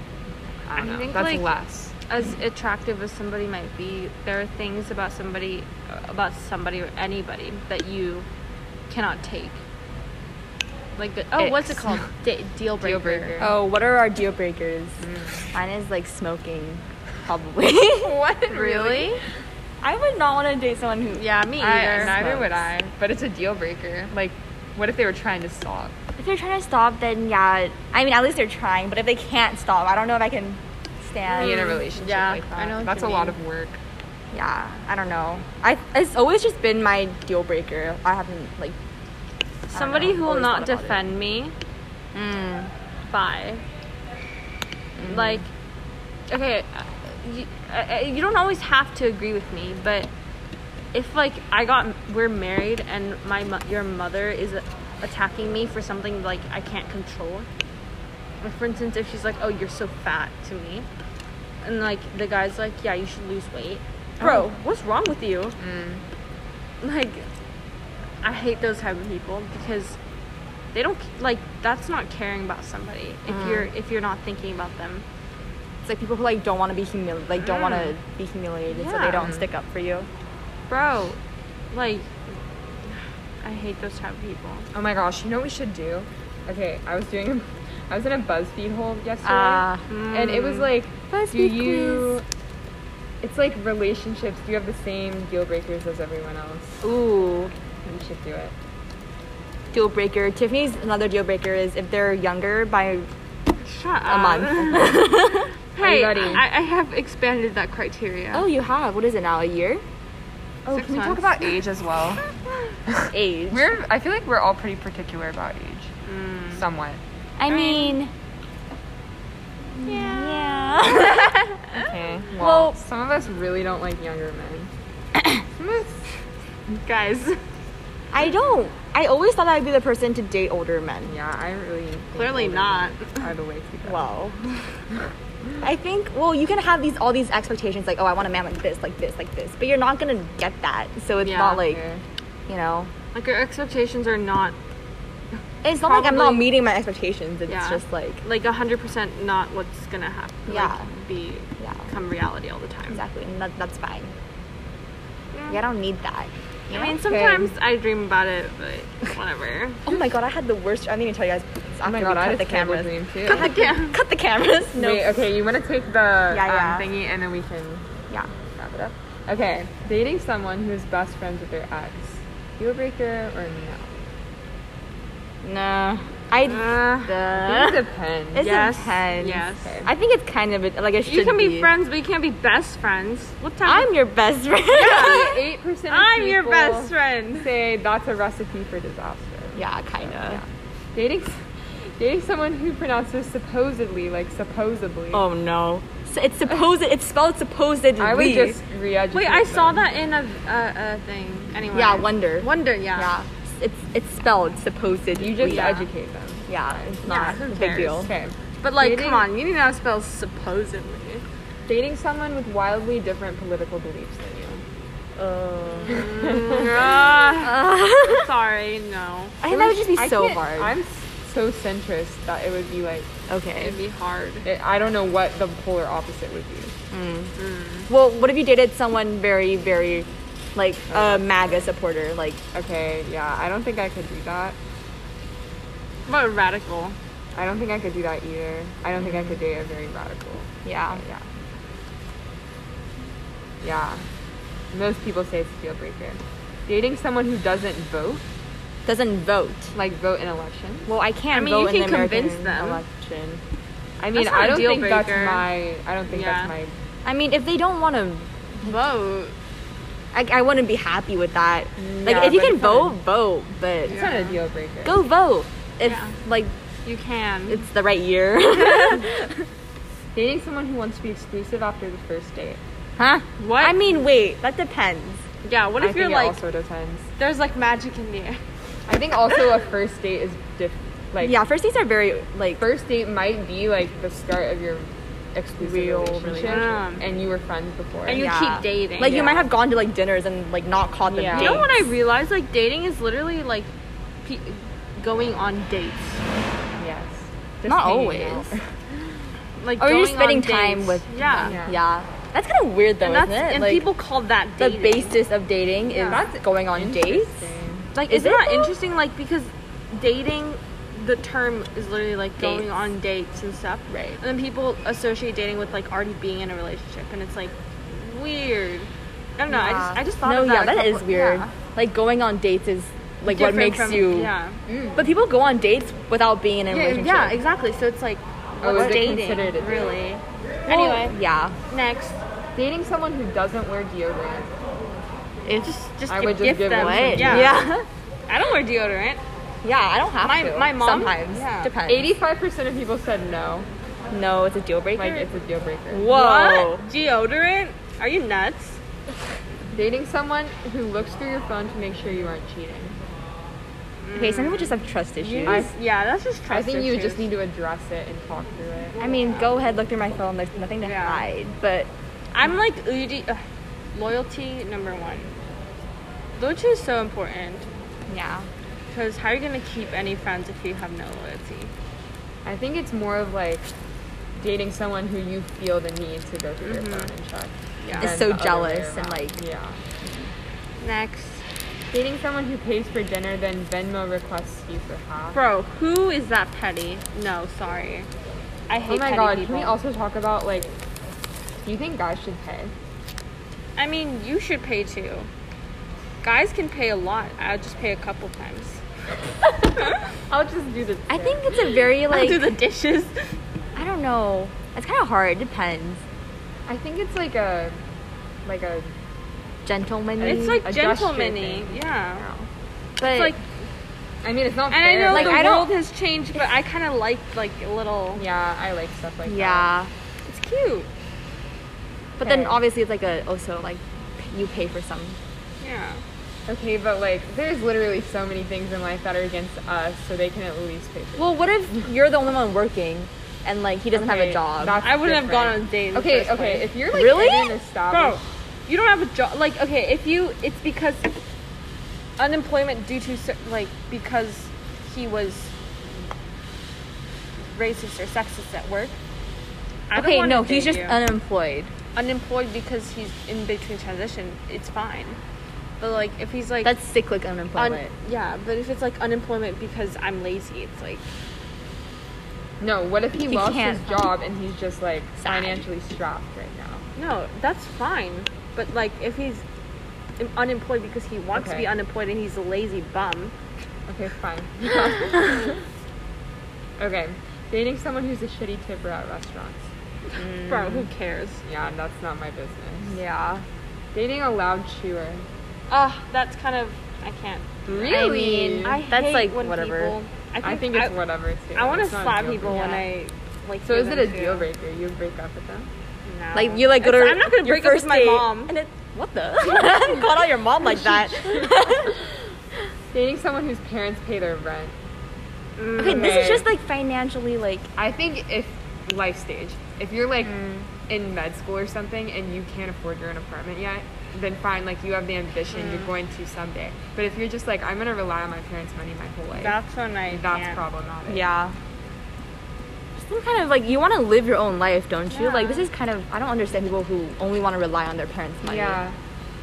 I don't I know. think, that's like- less. as attractive as somebody might be, there are things about somebody, uh, about somebody or anybody that you cannot take. Like, the, oh, what's it Icks. called? De- deal breaker. Deal breaker. Oh, what are our deal breakers? Mm, Mine is like smoking, probably. What Really? I would not want to date someone who. Yeah, me either. I, neither Smokes. would I. But it's a deal breaker. Like, what if they were trying to stop? If they're trying to stop, then yeah. I mean, at least they're trying. But if they can't stop, I don't know if I can stand. Be in a relationship Um, yeah, like that. I know what that's a you lot mean. of work. Yeah, I don't know. I, it's always just been my deal breaker. I haven't like somebody know. who will Always not thought about it. defend me. Hmm. Bye. Like, okay, uh, you, uh, you don't always have to agree with me, but if like I got we're married and my mo- your mother is attacking me for something like I can't control. Like, for instance, if she's like, "Oh, you're so fat" to me, and like the guy's like, "Yeah, you should lose weight." Bro, Hmm. what's wrong with you? Like, I hate those type of people because they don't like that's not caring about somebody if Mm. you're if you're not thinking about them. it's like people who like don't want to be humili- like don't want to be humiliated, so Yeah. they don't stick up for you. Bro, like I hate those type of people. Oh my gosh, you know what we should do? Okay, I was doing I was in a BuzzFeed hole yesterday. Ah. and it was like do BuzzFeed you It's like relationships. Do you have the same deal breakers as everyone else? Ooh, We should do it. deal breaker. Tiffany's another deal breaker is if they're younger by Shut a up. month. Hey, Are you ready? I, I have expanded that criteria. oh, you have what is it now? A year? Oh, Six can we talk months. about age as well? Age? We're I feel like we're all pretty particular about age. Somewhat. I mean, yeah. Okay. Well, Well- some of us really don't like younger men. Some of us- Guys, I don't. I always thought I'd be the person to date older men. yeah, I really think Clearly older not. men Are the way to go. Wow. I think well you can have these all these expectations like oh I want a man like this like this like this but you're not gonna get that so it's Yeah, not like Okay. you know like your expectations are not it's not like I'm not Probably- meeting my expectations it's Yeah. just like like hundred percent not what's gonna happen. Yeah. be Yeah. come reality all the time. exactly and that, that's fine yeah I don't need that I mean, sometimes I dream about it, but whatever. oh my god I had the worst I need to tell you guys it's Oh after my we god, I cut had the a terrible cameras dream too. Cut the cam. cut the cameras no Wait, okay, you want to take the um, Yeah, yeah. thingy and then we can yeah wrap it up? Okay, dating someone who's best friends with their ex. Deal breaker or no? no I Uh, it depends. it yes, depends yes. Okay. I think it's kind of a, like it should You can be be friends, but you can't be best friends. What time? I'm your best friend Eight percent. I'm your best friend. Say that's a recipe for disaster. yeah kind of Dating, dating someone who pronounces supposedly like supposedly. Oh no. So it's supposed. It's spelled supposedly. I would just re-educate. Wait, I saw them. that in a, a, a thing. Anyway. Yeah, wonder. Wonder, yeah. Yeah. It's it's spelled supposedly. You Oh, just yeah. educate them. Yeah, it's not who a big cares? deal. Okay. But like, Dating- come on, you need to know how to spell supposedly. Dating someone with wildly different political beliefs than you. Mm. Uh. Ah, sorry, no. I think that would just be I so can't- hard. I'm s- so centrist that it would be like okay. It'd be hard. it, I don't know what the polar opposite would be. Well, what if you dated someone very, very, like a MAGA supporter? Like, Okay, yeah, I don't think I could do that. What about radical? I don't think I could do that either. I don't think I could date a very radical. uh, yeah, Yeah. Yeah. Most people say it's a deal breaker. Dating someone who doesn't vote doesn't vote. like vote in elections. Well, I can't I mean, vote you can in the American convince them. election. I mean, That's not I a don't deal think that's breaker. my. I don't think Yeah. that's my. I mean, if they don't want to, Vote. I, I wouldn't be happy with that. Like, Yeah, if you but can it's not vote, vote, but It's not a deal breaker. go vote. If Yeah. like You can. it's the right year, Dating someone who wants to be exclusive after the first date. huh? What? I mean, wait, that depends. yeah. What I if think you're it like also depends. there's like magic in the air? I think also a first date is diff. Like yeah, first dates are very like. first date might be like the start of your exclusive Real relationship, relationship. and you were friends before. And you Yeah. keep dating. Like you Yeah. might have gone to like dinners and like not caught them. Yeah. You know dates. what I realized? Like dating is literally like pe- going on dates. yes. Just Not hanging always. out. Like Or you're going on spending time dates. with yeah. Yeah. Yeah, that's kind of weird though, And that's isn't it? and Like, people call that the dating. basis of dating is That's going on dates. Interesting. Like, Is is it not that though? interesting? Like, because dating, the term is literally like going Dates. on dates and stuff. Right. And then people associate dating with like already being in a relationship, and it's like weird. I don't know. I just I just thought no, of that. yeah, a that is couple- weird. yeah. Like going on dates is like Different what makes from- you. Yeah. But people go on dates without being in a Yeah, relationship. yeah, exactly. So it's like Oh, what's is it dating considered a date? really? Well, anyway, yeah. next, Dating someone who doesn't wear deodorant. it's just just I gi- would just gift give them. away. Yeah. yeah, I don't wear deodorant. Yeah, I don't have My- to. my mom- sometimes yeah. depends. Eighty-five percent of people said no. No, it's a deal breaker. Like it's a deal breaker. Whoa. What? Deodorant? Are you nuts? Dating someone who looks through your phone to make sure you aren't cheating. Okay, some people just have trust issues. I- I, yeah, that's just trust I think you issues. just need to address it and talk through it. mean, go ahead, look through my phone. There's nothing to Yeah. hide. But I'm like UD, ugh, loyalty number one. Loyalty is so important yeah, because how are you gonna keep any friends if you have no loyalty? I think it's more of like dating someone who you feel the need to go through your phone and check. Yeah. than It's so the other way jealous and, around. like- yeah. Next, Dating someone who pays for dinner then Venmo requests you for half. bro, who is that petty? No, sorry, I hate. oh my petty god! people. Can we also talk about like? Do you think guys should pay? I mean, you should pay too. Guys can pay a lot. I'll just pay a couple times. I'll just do the. I think it's a very I'll like do the dishes. I don't know. It's kind of hard. It depends. I think it's like a, like a. Gentleman. It's like a gesture gentlemanly. thing. Yeah. but It's like, I mean, it's not. and I fair. know Like, the I don't- world has changed, but I kind of like like a little. Yeah, I like stuff like that. yeah. It's cute. But then Okay. obviously it's like a also like p- you pay for some. Yeah. Yeah. Okay, but like, there's literally so many things in life that are against us, so they can at least pay for. Well, what if you're the only one working and like he doesn't have Okay, a job? that's I wouldn't have gone different. on a date. in the Okay, first okay. place. If you're like Really? in an established, Bro, you don't have a job. Like, okay, if you, it's because unemployment due to cer- like because he was racist or sexist at work. I don't okay, wanna no, he's date just you. unemployed. unemployed because he's in between transition. It's fine. But like, if he's like That's cyclic un- unemployment. yeah, but if it's like unemployment because I'm lazy, it's like no. What if he, He lost can't. his job and he's just like Sad. financially strapped right now? No, that's fine. But like, if he's im- unemployed because he wants to Okay. be unemployed and he's a lazy bum, Okay, fine. okay, dating someone who's a shitty tipper at restaurants. bro, who cares? Yeah, that's not my business. yeah. Dating a loud chewer. Ah, that's kind of I can't. I mean, I that's hate like when whatever. people. I think, I think it's I, whatever too. want to It's not a slap deal people breaker. when Yeah. I like. So hear is it a them too. deal breaker? You break up with them? No. Like you like go to It's- I'm not gonna your break up with first my date, mom. And it, what the? Called out your mom like that. Dating someone whose parents pay their rent. okay, this is Okay. just like financially like I think if life stage, if you're like in med school or something and you can't afford your own apartment yet, then fine, like you have the ambition, you're going to someday. But if you're just like, I'm gonna rely on my parents' money my whole life, That's when I. that's can't. problematic. yeah. Just Some kind of like you want to live your own life, don't you? Like Yeah. this is kind of I don't understand people who only want to rely on their parents' money. Yeah.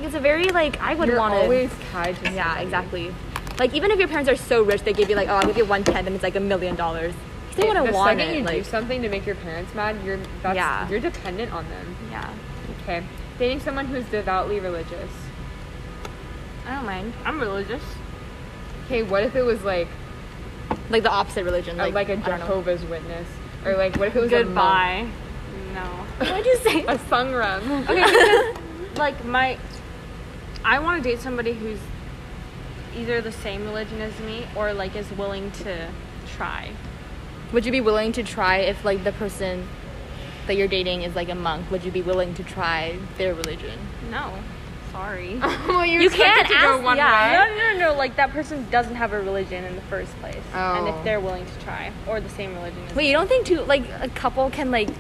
It's a very like I would You're want to. always tied to Yeah, somebody. exactly. Like even if your parents are so rich, they give you like, oh, I'll give you one tenth, and it's like a million dollars. You still want the to want second it, you do like something to make your parents mad, you're that's Yeah. you're dependent on them. yeah. Okay. Dating someone who's devoutly religious. I don't mind. I'm religious. hey, what if it was like Like the opposite religion. a, Like, like a I don't know. Jehovah's Witness, or like what if it was Goodbye. No. What'd you say? a monk, a sungram? Okay, because like my, I want to date somebody who's either the same religion as me or like is willing to try. Would you be willing to try if like the person that you're dating is like a monk? Would you be willing to try their religion? No, sorry. well, you, You expect can't it to go ask- one yeah. way. No, no, no, no. Like that person doesn't have a religion in the first place, and Oh. if they're willing to try or the same religion as Wait, you don't think two like a couple can like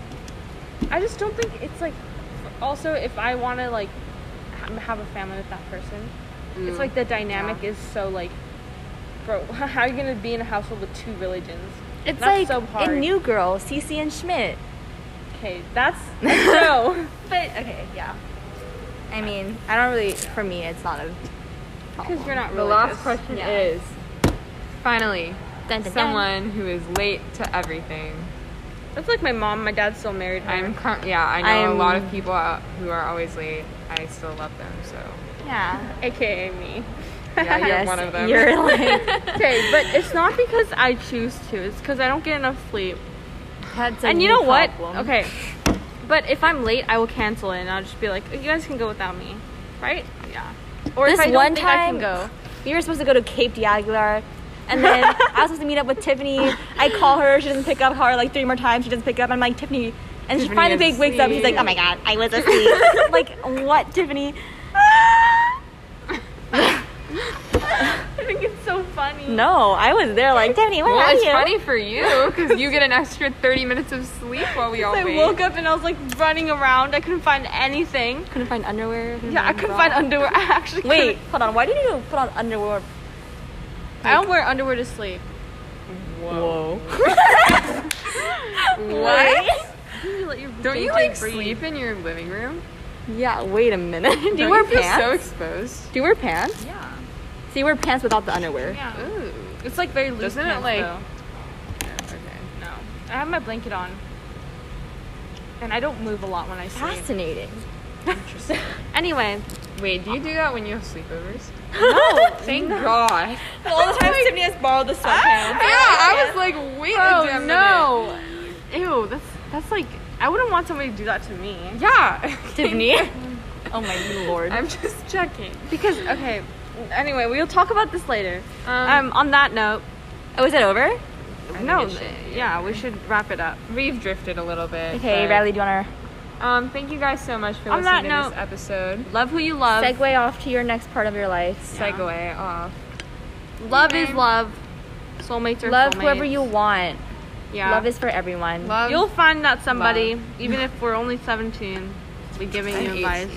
I just don't think it's like. Also, if I want to like ha- have a family with that person, Mm. it's like the dynamic is so like, bro, how are you gonna be in a household with two religions? it's That's like so hard. in New Girl, Cece and Schmidt. Okay, that's no. But okay, yeah. I mean, I don't really. For me, it's not a. Because you're not The religious. last question Yeah. is, finally, Dun, dun, dun. someone who is late to everything. That's like my mom. My dad's still married. her. I'm cur- yeah, I know a I'm- lot of people out who are always late. I still love them, so Yeah. AKA me. yeah, you're Yes, one of them. You're like. okay, but it's not because I choose to. It's because I don't get enough sleep. That's a and you know new what? problem. Okay. But if I'm late, I will cancel it, and I'll just be like, "You guys can go without me, right?" Yeah. Or this if I don't one think time, I can go. we were supposed to go to Cape D'Aguilar, and then I was supposed to meet up with Tiffany. I call her, she doesn't pick up. I Call her like three more times, she doesn't pick up. I'm like Tiffany, and she Tiffany finally is big wakes up. She's like, asleep. "Oh my god, I was asleep." like, what, Tiffany? I think it's so funny. No, I was there. Like Tiffany, where Well, are it's you? funny for you because you get an extra 30 minutes of sleep while we all I wait. woke up and I was like running around. I couldn't find anything. Couldn't find underwear. couldn't Yeah, I find couldn't bra. find underwear. I actually Wait, couldn't- hold on. Why did you put on underwear? I don't wear underwear to sleep. Whoa. What? Don't you like sleep in your living room? Yeah. Wait a minute. Do Don't you wear feel so pants? exposed? Do you wear pants? Yeah. So you wear pants without the underwear. Yeah. Ooh. It's like very loose. Doesn't it, pants, like- though. Okay. No. I have my blanket on. And I don't move a lot when I sleep. Fascinating. Anyway, Wait, do you do that when you have sleepovers? No. Thank God. All the times Tiffany has borrowed the Yeah, sweatpants. I was like, wait a oh damn minute. no. Ew, that's that's like I wouldn't want somebody to do that to me. Yeah. Tiffany. oh my lord. I'm just checking. Because okay, anyway, we'll talk about this later. Um, Um, on that note, oh, is it over? no, it should, yeah, we should wrap it up. we've drifted a little bit. Okay, but, Riley, do you want Um, thank you guys so much for On listening to that this note- episode. Love who you love. to segue off to your next part of your life? Segue off. love is love. Soulmates are Love soulmates. whoever you want. Yeah. Love is for everyone. Love. You'll find that somebody, even if we're only 17, we'll be giving you advice.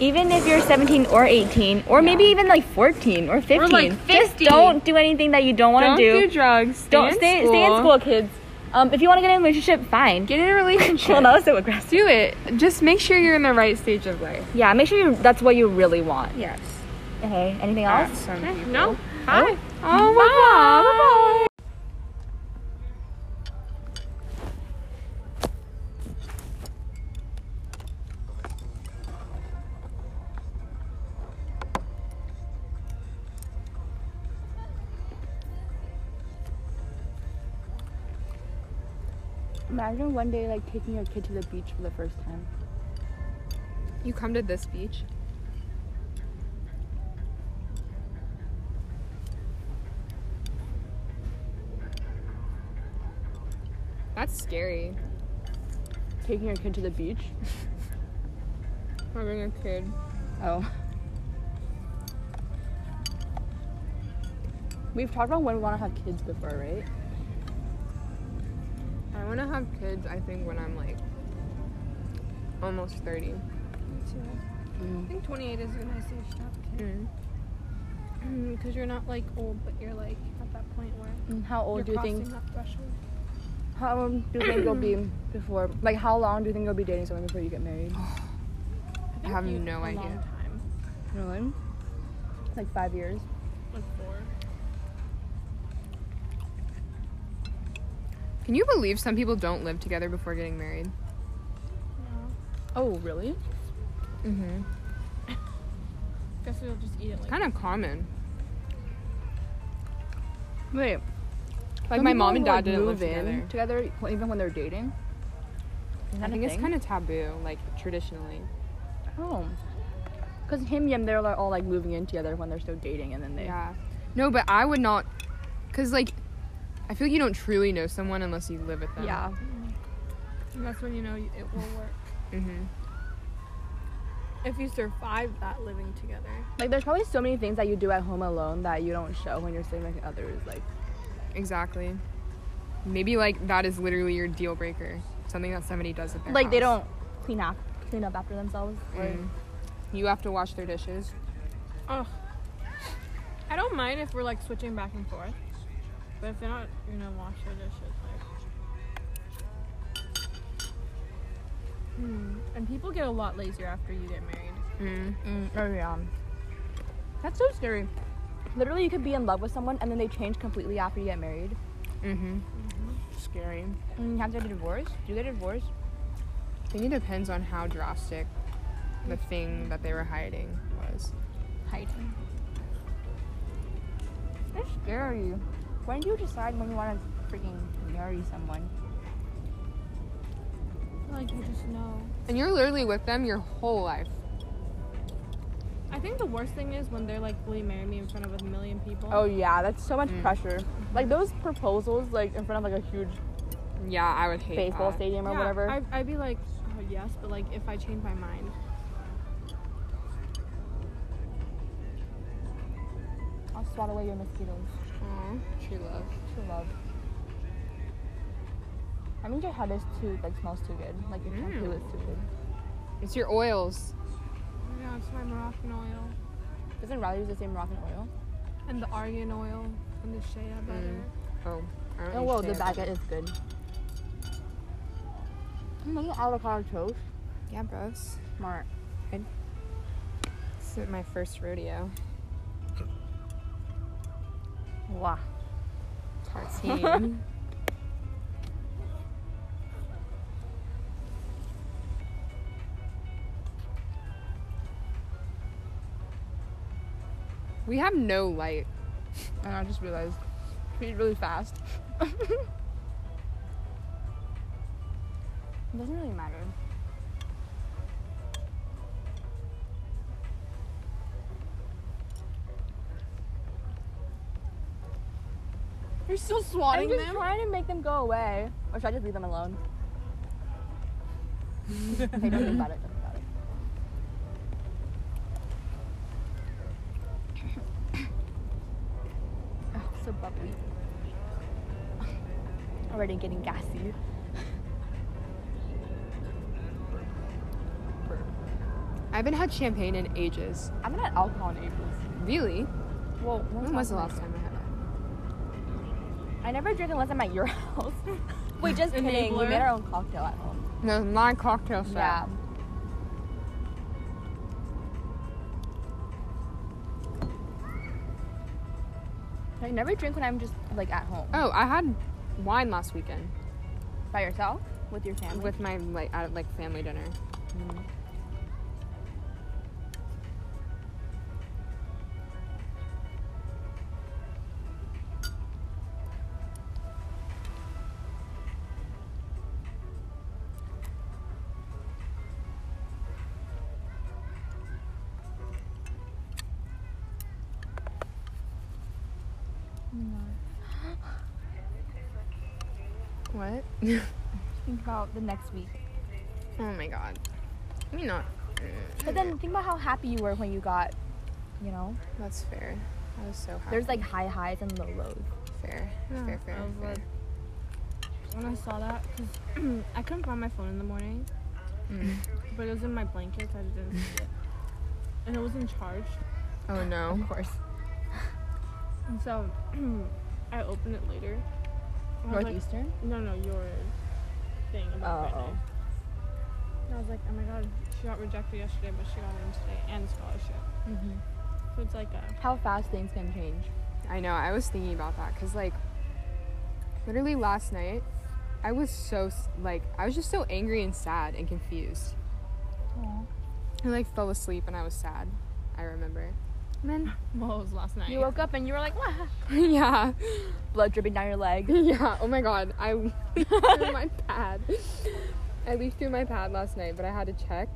Even if you're 17 or 18, or maybe even like 14 or 15. like, Just 50. don't do anything that you don't want to Don't do. do drugs. Stay don't in stay, school. stay in school, kids. Um, if you want to get in a relationship, fine. Get in a relationship. well, that was so aggressive. do it. Just make sure you're in the right stage of life. Yeah, make sure you, that's what you really want. Yes. Okay, anything else? No? Bye. Oh my god. Bye-bye. Imagine one day like taking your kid to the beach for the first time. You come to this beach? That's scary. Taking your kid to the beach? Having a kid. Oh. We've talked about when we want to have kids before, right? I want to have kids, I think, when I'm like almost 30. I think 28 is a nice age to have a kid. Mm-hmm. mm, Because you're not like old, but you're like at that point where And Mm, How old you're do you crossing think? that threshold. How old do you think you'll be before? Like, how long do you think you'll be dating someone before you get married? I have you- no a idea. Long time. Really? Like five years. Like four. Can you believe some people don't live together before getting married? No. Oh, really? Mm-hmm. Guess we'll just eat it like Kind of common. Wait. Like Some my people mom and who, dad like, didn't live move together. in together, well, even when they're dating. I think it's kind of taboo, like traditionally. Oh, because him and they're like, all like moving in together when they're still dating, and then they. Yeah. No, but I would not, cause like, I feel like you don't truly know someone unless you live with them. Yeah. And that's when you know it will work. Mm-hmm. If you survive that living together. Like, there's probably so many things that you do at home alone that you don't show when you're sitting with others. Like, Exactly. Maybe like that is literally your deal breaker. Something that somebody does at their like they house. don't clean up, clean up after themselves. Like, You have to wash their dishes. Oh. I don't mind if we're like switching back and forth. But if they're not, you know, wash their dishes. Like. Hmm. And people get a lot lazier after you get married. oh yeah. That's so scary. Literally, you could be in love with someone and then they change completely after you get married. Mm-hmm. Scary. And you have to get a divorce. Do you get a divorce? I think it depends on how drastic the thing that they were hiding was. Hiding. That's scary. When do you decide when you want to freaking marry someone? Like you just know. And you're literally with them your whole life. I think the worst thing is when they're like, "Will you marry me in front of a million people?" Oh yeah, that's so much pressure. Like those proposals, like in front of like a huge Yeah, I would hate baseball that. stadium or Yeah, whatever. I, I'd be like, "Oh yes," but like if I change my mind, I'll swat away your mosquitoes. Aw, true love. True love. I mean, your head is too like smells too good. Like your shampoo is too good. It's your oils. yeah, it's my Moroccan oil Doesn't Riley use the same Moroccan oil? and the Argan oil and the shea butter. Oh, I don't Oh whoa, the understand. baguette is good. I'm making avocado toast. Yeah, bros. Smart. This is my first rodeo. Wow. Tartine. we have no light. And I just realized we eat really fast. it doesn't really matter. You're still I'm swatting just them. trying to make them go away. Or should I just leave them alone? okay, don't think about it. Don't think about it. oh, so bubbly. Already getting gassy. I haven't had champagne in ages. I haven't had alcohol in ages. Really? Well, When was the last time I had that? I never drink unless I'm at your house. Wait, just kidding. We Enabler. made our own cocktail at home. No, non cocktail shot. Yeah. I never drink when I'm just like at home Oh, I had wine last weekend by yourself with your family. with my like at like family dinner. What? think about the next week. Oh my god. I mean, not. Mm, But then think about how happy you were when you got, you know. That's fair. I was so happy. There's like high highs and low lows. fair, fair, fair, I was fair. like, when I saw that, because I couldn't find my phone in the morning, but it was in my blankets. I just didn't see it, and it wasn't charged. Oh no. Of course. And so I opened it later. And I was like, Northeastern. No, no, your thing about Oh, Friday. And I was like, oh my god, she got rejected yesterday, but she got in today and scholarship. So it's like a How fast things can change. I know. I was thinking about that because, like, literally last night, I was so s- like I was just so angry and sad and confused. I like fell asleep and I was sad. I remember. And then Well, it was last night. you woke up and you were like, "Wah." yeah. Blood dripping down your leg. Yeah. Oh my god. I leaked through my pad. I leaked through my pad last night, but I had to check.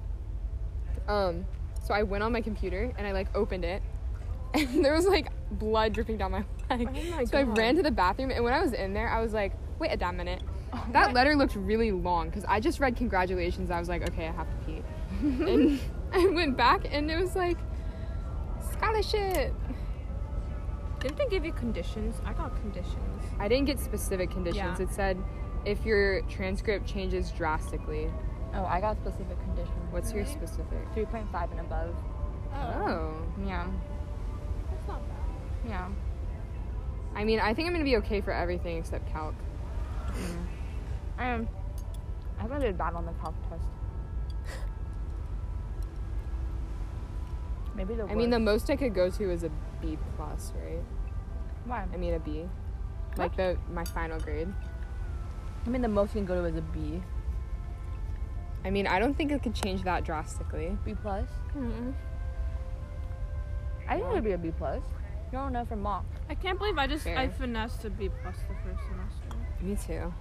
Um, so I went on my computer and I like opened it, and there was like blood dripping down my leg. Oh my so I God. ran to the bathroom, and when I was in there, I was like, "Wait a damn minute." Oh that letter looked really long because I just read congratulations. I was like, "Okay, I have to pee," and I went back, and it was like scholarship. Didn't they give you conditions? I got conditions. I didn't get specific conditions. Yeah. It said if your transcript changes drastically. Oh, I got specific condition. What's your specific? 3.5 and above. Oh. Yeah. That's not bad. Yeah. I mean, I think I'm gonna be okay for everything except calc. I am. Um, I haven't did bad on the calc test. Maybe the I mean, the most I could go to is a B plus, right? Why? I mean, a B. Like the my final grade. I mean, the most you can go to is a B. I mean, I don't think it could change that drastically. B plus. Mm-hmm. I think it'd be a B plus. You don't know from mock. I can't believe I just I Fair. finessed a B plus the first semester. Me too.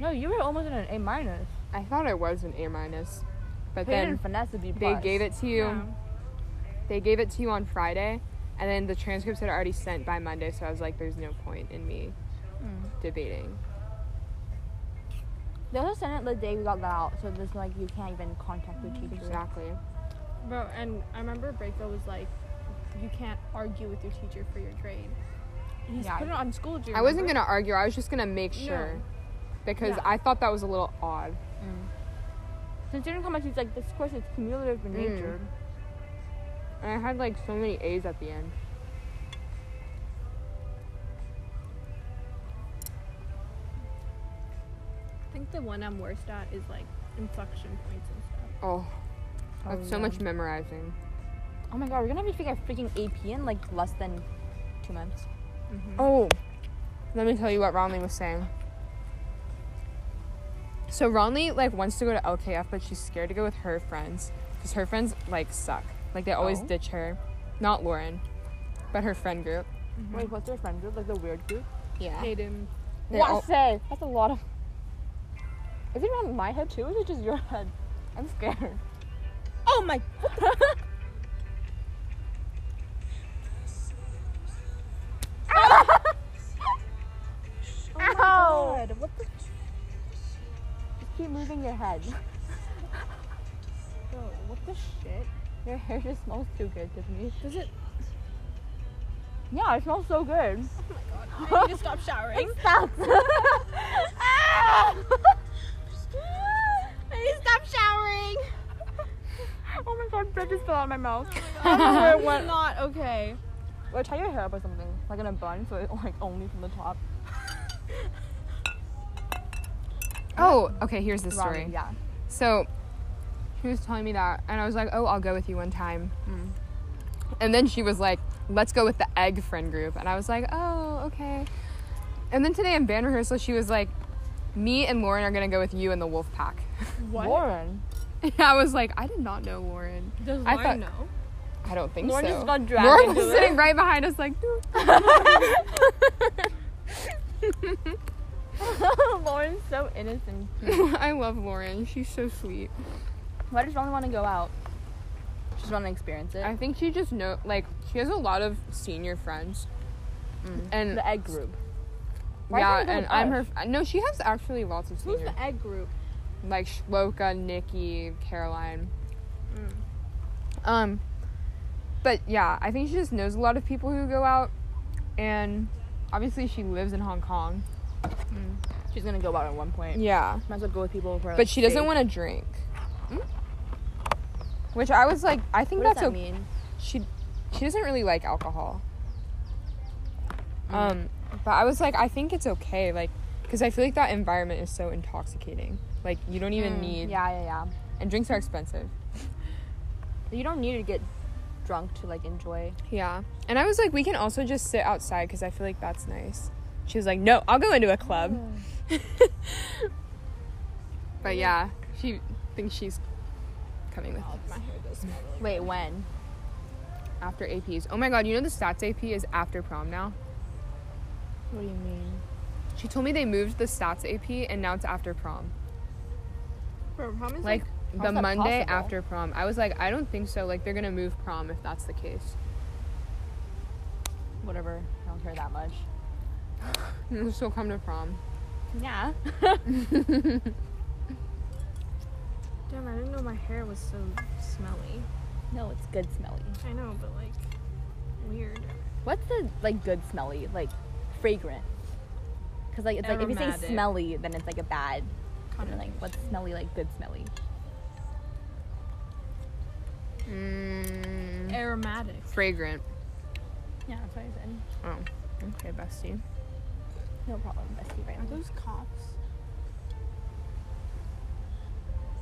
No, you were almost in an A minus. I thought it was an A minus, but But you then didn't finesse a B they plus. gave it to you. They gave it to you on Friday, and then the transcripts had already sent by Monday. So I was like, "There's no point in me debating." They also sent it the day we got let out, so there's like you can't even contact your teacher. Exactly. Bro, and I remember Breaker was like, you can't argue with your teacher for your grade. He's Yeah. put it on school. Do you I wasn't remember? gonna argue. I was just gonna make sure, because Yeah. I thought that was a little odd. Considering how much he's like, this course is cumulative in nature. And I had like so many A's at the end. I think the one I'm worst at is like inflection points and stuff. Oh, Oh, that's so yeah. much memorizing. Oh my god, we're gonna have to take our freaking AP in like less than two months. Oh, let me tell you what Ronley was saying. So Ronley like wants to go to LKF, but she's scared to go with her friends because her friends like suck. Like they always Oh. ditch her. Not Lauren, but her friend group. Wait, what's their friend group? Like the weird group? Yeah. Hayden. They What all- say? That's a lot of. Is it around my head too, or is it just your head? I'm scared. Oh my. Ow! God, what the? Just keep moving your head. Bro, what the shit? Your hair just smells too good, Tiffany. Does it? Yeah, it smells so good. I need to stop showering. I need to stop showering. Oh my god, bread just fell out of my mouth. That's not okay. Or tie your hair up or something, like in a bun, so it like only from the top. Oh, okay. Here's the story. Ramen, yeah. So she was telling me that, and I was like, oh, I'll go with you one time. And then she was like, let's go with the egg friend group. And I was like, oh, okay. And then today in band rehearsal, she was like, me and Lauren are gonna go with you and the wolf pack. What? Lauren. And I was like, I did not know Lauren. Does I Lauren thought- know? I don't think Lauren so. just got dragged Lauren into was it. sitting right behind us, like, Lauren's so innocent. I love Lauren. She's so sweet. Why does Ronnie want to go out? She just want to experience it. I think she just know, like, she has a lot of senior friends. And the egg group. Why yeah, can't and I go with I'm us? her. No, she has actually lots of Who's senior the egg group? like Shloka, Nikki, Caroline. Mm. Um, but yeah, I think she just knows a lot of people who go out, and obviously she lives in Hong Kong. She's gonna go out at one point. Yeah, Might as well go with people who are. but she doesn't want to drink. Which I was like, I think Hmm? What does that's that o- mean? she she doesn't really like alcohol. Mm. Um, but I was like, I think it's okay, like, because I feel like that environment is so intoxicating. Like, you don't even need, Mm, Yeah, yeah, and drinks are expensive. yeah. You don't need to get drunk to like enjoy. Yeah. And I was like, we can also just sit outside because I feel like that's nice. She was like, no, I'll go into a club. Oh. but yeah, she thinks she's coming with us. Wait, when? After APs. Oh my god, you know the stats AP is after prom now? What do you mean? She told me they moved the stats AP and now it's after prom. Bro, prom is Like like, the how's that Monday possible? after prom. I was like, I don't think so. Like they're gonna move prom if that's the case. Whatever. I don't care that much. so come to prom. Yeah. Damn, I didn't know my hair was so smelly. No, it's good smelly. I know, but like weird. What's the like good smelly? Like fragrant. Cause like it's like if you say Aromatic. smelly, then it's like a bad. And then, like what's smelly like good smelly? Mm, aromatic. fragrant. Yeah, that's what I said. Oh, okay, bestie. No problem, bestie. Right Are those cops?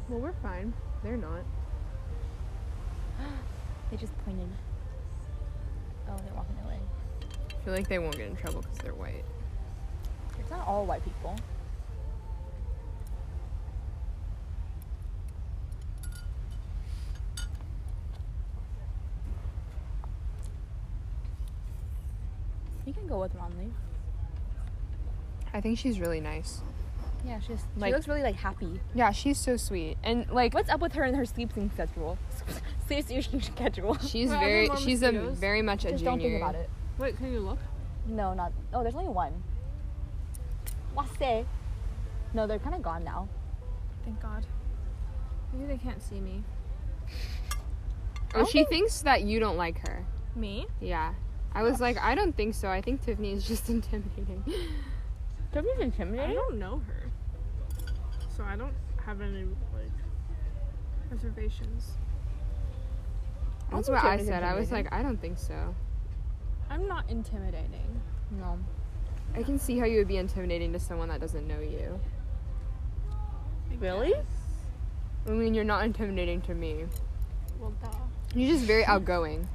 Well, we're fine. They're not. They just pointed. Oh, they're walking away. I feel like they won't get in trouble because they're white. It's not all white people. You can go with Romley. I think she's really nice. Yeah, she's Like- she looks really like happy. Yeah, she's so sweet. And like What's up with her and her sleeping schedule? Sleeping schedule. Just she's Were very everyone she's a mosquitoes? very much a junior. don't think about it. Wait, can you look? No, not. Oh, there's only one. Wase. No, they're kind of gone now. Thank God. Maybe they can't see me. Oh, she thinks that you don't like her. Me? Yeah. I was like, I don't think so. I think Tiffany is just intimidating. Tiffany's I intimidating. don't know her. So I don't have any like reservations. That's think what I Tiffany's said. I was like, I don't think so. I'm not intimidating. No. I can see how you would be intimidating to someone that doesn't know you. Really? I mean, you're not intimidating to me. Well, duh. You're just very outgoing.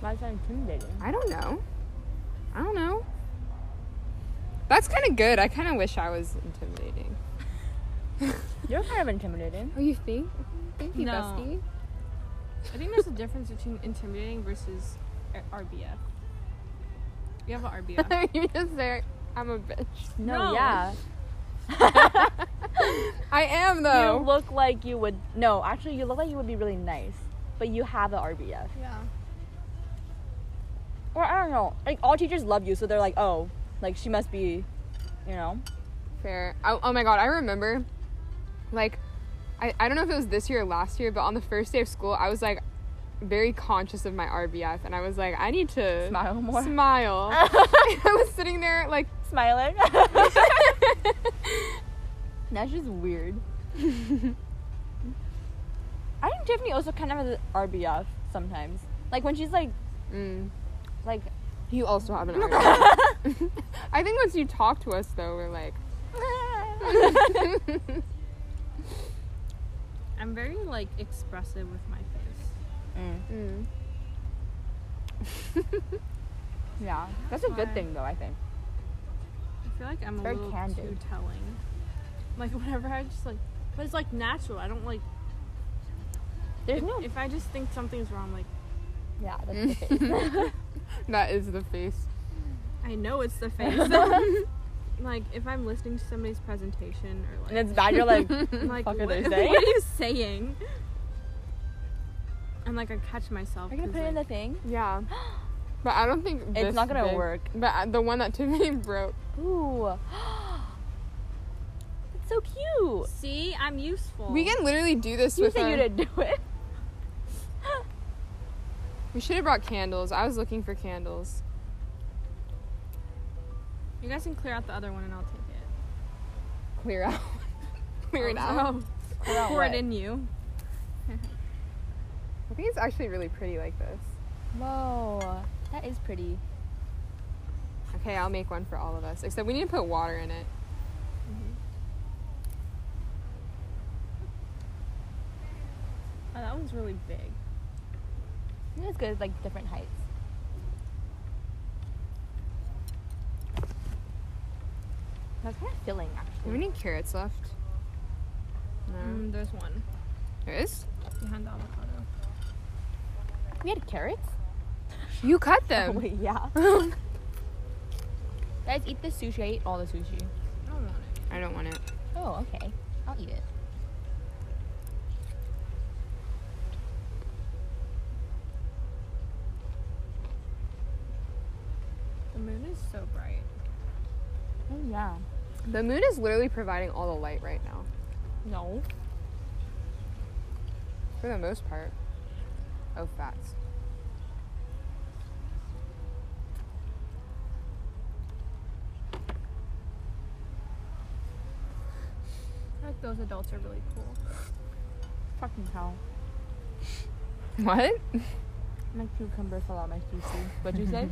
Why is that intimidating? I don't know. I don't know. That's kind of good. I kind of wish I was intimidating. You're kind of intimidating. Oh, you think? Thank you, No. bestie. I think there's a difference between intimidating versus eh, a- RBF. You have an RBF. you're just there. I'm a bitch. No, No. yeah. I am You though. look like you would. No, actually, you look like you would be really nice, but you have an RBF. yeah. Or I don't know. Like all teachers love you, so they're like, oh, like she must be, you know. Fair. Oh, oh my god, I remember. Like, I, I don't know if it was this year or last year, but on the first day of school, I was like very conscious of my RBF, and I was like, I need to Smile more. Smile. I was sitting there like, Smiling. That's just weird. I think Tiffany also kind of has an RBF sometimes. Like when she's like, mm, like you also have an RBF. I think once you talk to us though, we're like, I'm very like expressive with my face. mm. yeah. That's a good Why? thing though. I think. I feel like I'm a Very little candid. too telling. Like whenever I just like, but it's like natural. I don't like There's if, no. if I just think something's wrong. Like Yeah, that's the thing. that is the face. I know it's the face. like if I'm listening to somebody's presentation or like, And it's bad. You're like, I'm like fuck are what, they what saying?" are you saying? And like I catch myself. Are you gonna 'cause, put it in the like, thing? Yeah. But I don't think It's this not gonna big- work. But uh, the one that Tiffany broke. Ooh. That's so cute. See, I'm useful. We can literally do this You with. said our- you didn't do it. We should have brought candles. I was looking for candles. You guys can clear out the other one and I'll take it. Clear out. Clear it out. Oh, Or not pour it what? in you. I think it's actually really pretty like this. Whoa. That is pretty. Okay, I'll make one for all of us. Except we need to put water in it. Oh, that one's really big. I think It's good, like different heights. That's kind of filling, Do actually. we need carrots left? No. Mm, there's one There is? behind the avocado. We had carrots? You cut them. Wait, yeah. Guys, eat the sushi. I ate all the sushi. I don't want it. I don't want it. Oh, okay. I'll eat it. The moon is so bright. Oh, yeah. The moon is literally providing all the light right now, No. for the most part. Oh, fats. Like those adults are really cool. Fucking hell. What? My cucumber fell out my sushi. What'd you say?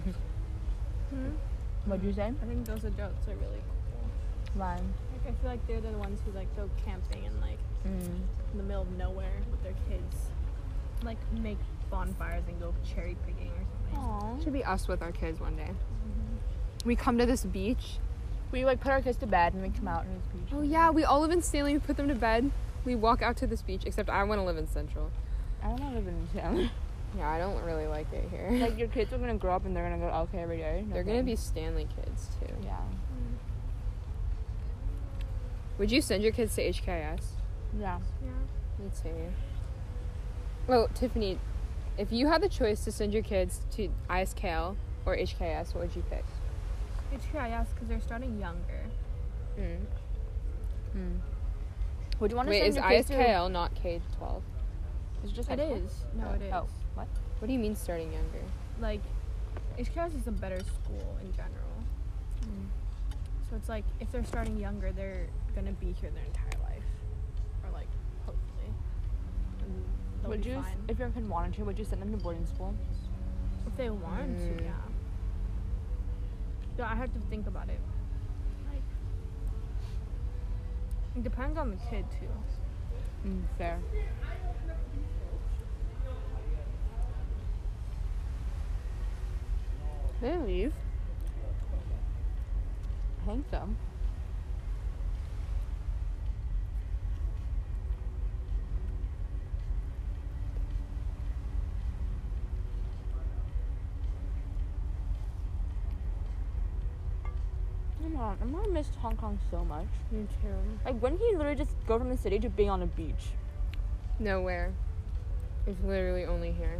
Hmm? What'd you say? I think those adults are really cool. Why? Like I feel like they're the ones who like go camping and like Mm. in the middle of nowhere with their kids, like make bonfires and go cherry picking or something. Aww. Should be us with our kids one day. We come to this beach. We like put our kids to bed and we come out and it's beach. Oh yeah, we all live in Stanley. We put them to bed. We walk out to this beach. Except I want to live in Central. I don't want to live in town. Yeah, I don't really like it here. like your kids are gonna grow up and they're gonna go okay every day. No They're gonna be thanks. Stanley kids too. Yeah. Would you send your kids to HKS? Yeah. Yeah. Me too. Oh, Tiffany, if you had the choice to send your kids to ISKL or HKS, what would you pick? HKIS because they're starting younger. Hmm. Mm. Would you want to Wait, send is your kids ISKL not K twelve? To, is it just It high school? is. No, oh. it is. Oh, what? What do you mean starting younger? Like, HKIS is a better school in general. Mm. So it's like if they're starting younger, they're gonna be here their entire life, or like hopefully. And they'll Would be you, s- fine. if your friend wanted to, would you send them to boarding school? If they want Mm. to, yeah. No, I have to think about it. Like, it depends on the kid too. Mm, fair. They leave. I think so. Come on, I'm gonna miss Hong Kong so much. Me too. Like, when can you literally just go from the city to being on a beach? Nowhere. It's literally only here.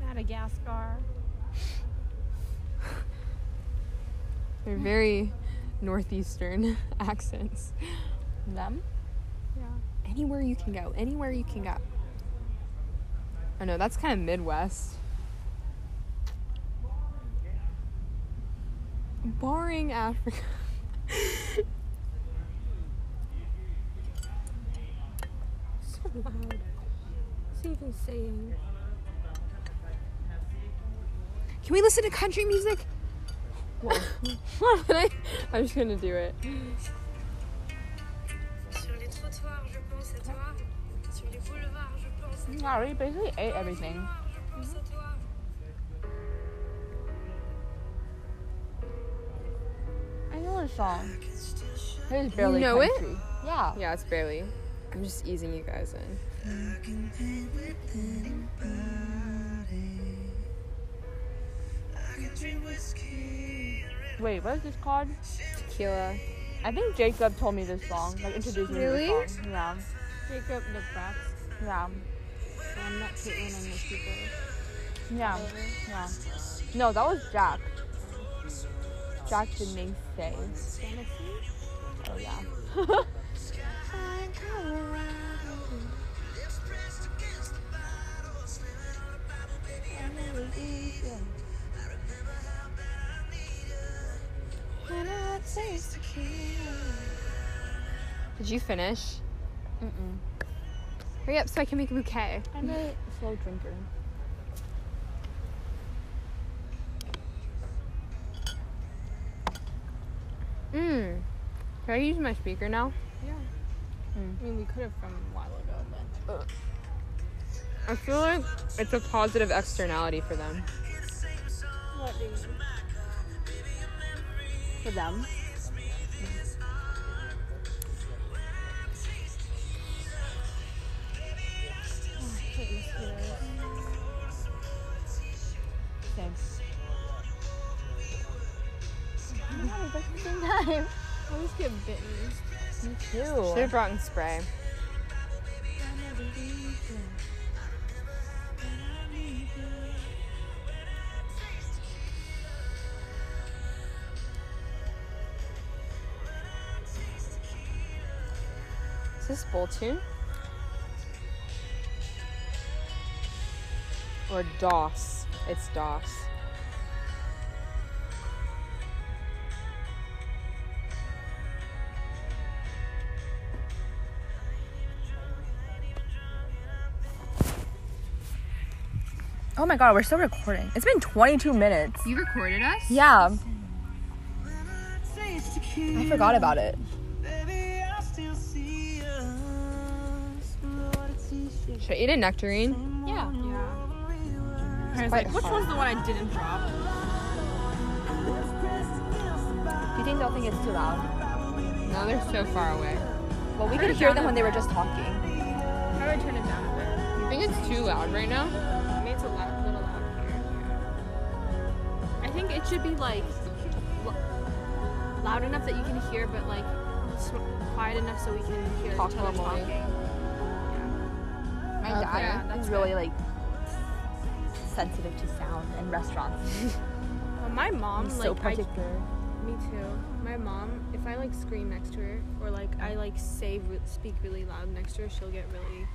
Madagascar. They're very northeastern accents. Them? Yeah. Anywhere you can go, anywhere you can go. I know that's kind of Midwest. Barring Africa. So loud. So you can sing. Can we listen to country music? I, I'm just gonna do it. Sur les trottoirs, je pense à toi. Sur les boulevards, je pense à toi. Yeah, we basically ate Dans les everything. noires, je pense à toi. I know this song. It's barely know it? country. Yeah. Yeah, it's barely. I'm just easing you guys in. Wait, what is this called? Tequila. I think Jacob told me this song. Like introduced me to Really? this song. Yeah. Jacob Nebraska. Yeah. I'm not Caitlin and those people. Yeah. Yeah. No, that was Jack. Jack didn't say. Oh yeah. Did you finish? Hurry up so I can make a bouquet. I'm a slow drinker. Mm. Mmm. Can I use my speaker now? Mm. I mean, we could have from a while ago, but I feel like it's a positive externality for them. what do you For them. I always get bitten. Should have brought in spray. Is this bowl tune? Or DOS? It's DOS. Oh my god, we're still recording. It's been 22 minutes. You recorded us? Yeah. I forgot about it. Should I eat a nectarine? I was quite like, which hard. one's the one I didn't drop? Do you think they'll think it's too loud? No, they're so far away. Well, we could hear them when they were just talking. How do I turn it down a bit? I think it's too loud right now. I mean, it's a lot, little loud here. I think it should be like l- loud enough that you can hear, but like s- quiet enough so we can hear Talk each other normally. talking. My Okay, dad that's is really like sensitive to sound and restaurants. Well, my mom, He's like, so I, particular. me too. My mom, if I like scream next to her or like I like say re- speak really loud next to her, she'll get really,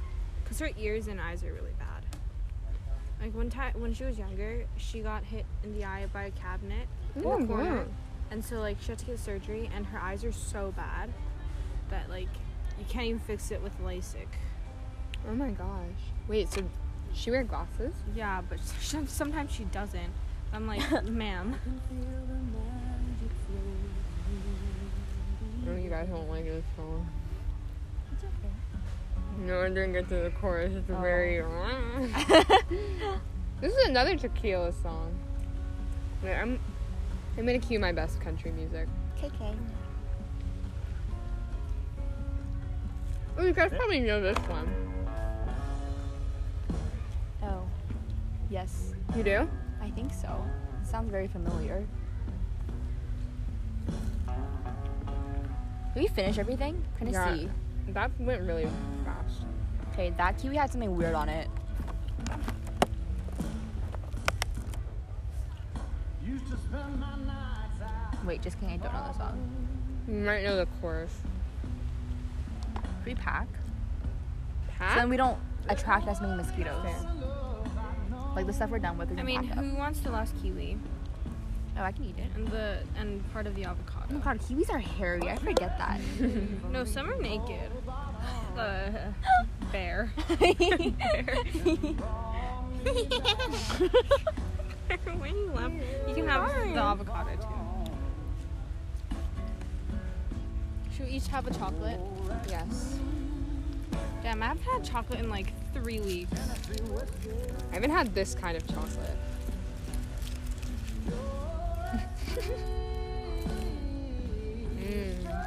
cause her ears and eyes are really bad. Like one time when she was younger, she got hit in the eye by a cabinet in Oh, the corner, wow. and so like she had to get surgery, and her eyes are so bad that like you can't even fix it with LASIK. Oh my gosh. Wait, so she wear glasses? Yeah, but sometimes she doesn't. I'm like, ma'am. Oh, you guys don't like this song. No, I didn't get to the chorus. It's very. this is another tequila song. Wait, I'm. I'm gonna cue my best country music. KK. Oh, you guys probably know this one. Oh. Yes, You do? I think so. Sounds very familiar. Did we finish everything? Kind of Yeah. see. That went really fast. Okay, that kiwi had something weird on it. Wait, just kidding. I don't know the song. You might know the chorus. Should we pack? So Pat? then we don't attract as many mosquitoes. Like the stuff we're done with. We I can mean, pack up. who wants the last kiwi Oh, I can eat it. and the and part of the Oh avocado? my god, kiwis are hairy. I forget that. No, some are naked. Uh, bear. when you left, you can have the avocado too. Should we each have a chocolate? Yes. Damn, I haven't had chocolate in like three weeks. I haven't had this kind of chocolate. Mm.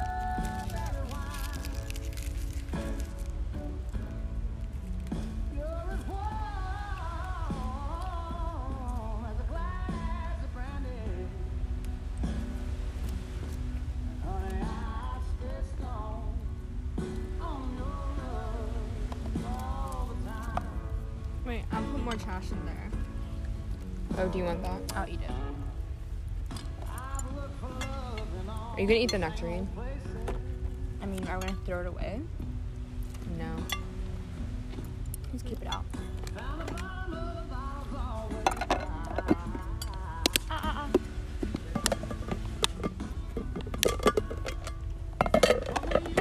Wait, I'll put more trash in there. Oh, do you want that? I'll eat it. Are you gonna eat the nectarine? I mean, are we gonna throw it away? No. Just keep it out.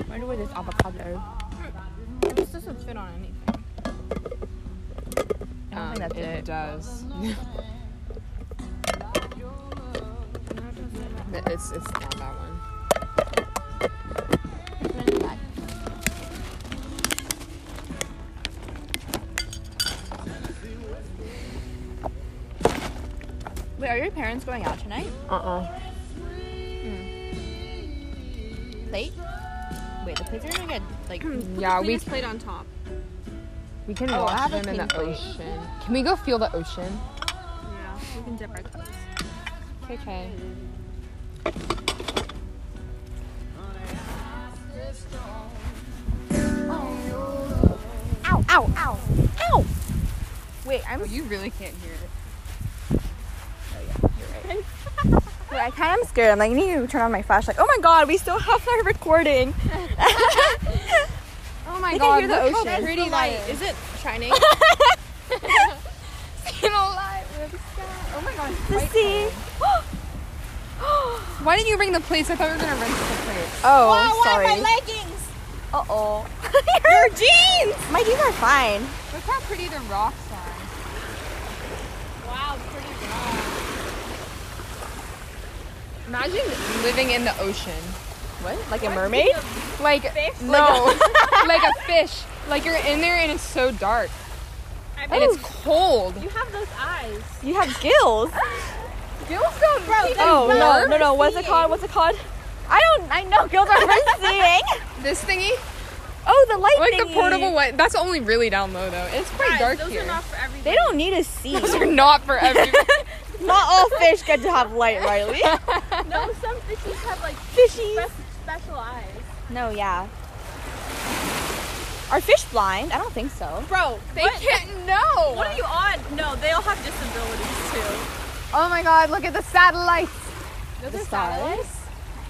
Wonder where this avocado. This doesn't fit on anything. I don't think that's Um, it it. does. it's it's not that one. Wait, are your parents going out tonight? Uh uh Plate? Wait, the plates are gonna get like. Yeah, we Cleanest plate on top. we can Oh, I watch have a them in clean the plate. ocean. Can we go feel the ocean? Yeah, we can dip our toes. Okay. Wait, I'm. Oh, you really can't hear it. Wait, I kind of am scared. I'm like, I need to turn on my flashlight. Oh my god, we still have our recording. Oh my I god, can hear the look ocean. how pretty The that light. is. Is it shining? Seeing a light with the sky. oh my god. The white sea. colour. Why didn't you bring the plates? I thought we were gonna rent the plates. Oh, Wow, why are sorry. my leggings? Uh oh. Your jeans. My jeans are fine. Look how pretty the rocks are. Wow, pretty broad. Imagine living in the ocean. What? Like a mermaid? Like no, like a fish. Like you're in there and it's so dark I and mean, it's cold. Oh. you have those eyes. You have gills. Gills don't oh no, blur. no, no. What's it called? What's it called? I don't. I know gills are for seeing. This thingy, Oh, the light like thingy. the portable one. That's only really down low though. It's pretty Guys, dark those here. are not for everything. They don't need to see. Those are not for everyone. Not all fish get to have light, Riley. No, some fishes have like Fishies. spe- special eyes. No, yeah. Are fish blind? I don't think so. Bro, they can't know. What are you on? No, they all have disabilities too. Oh my god, look at the satellites. Those The are stars? satellites.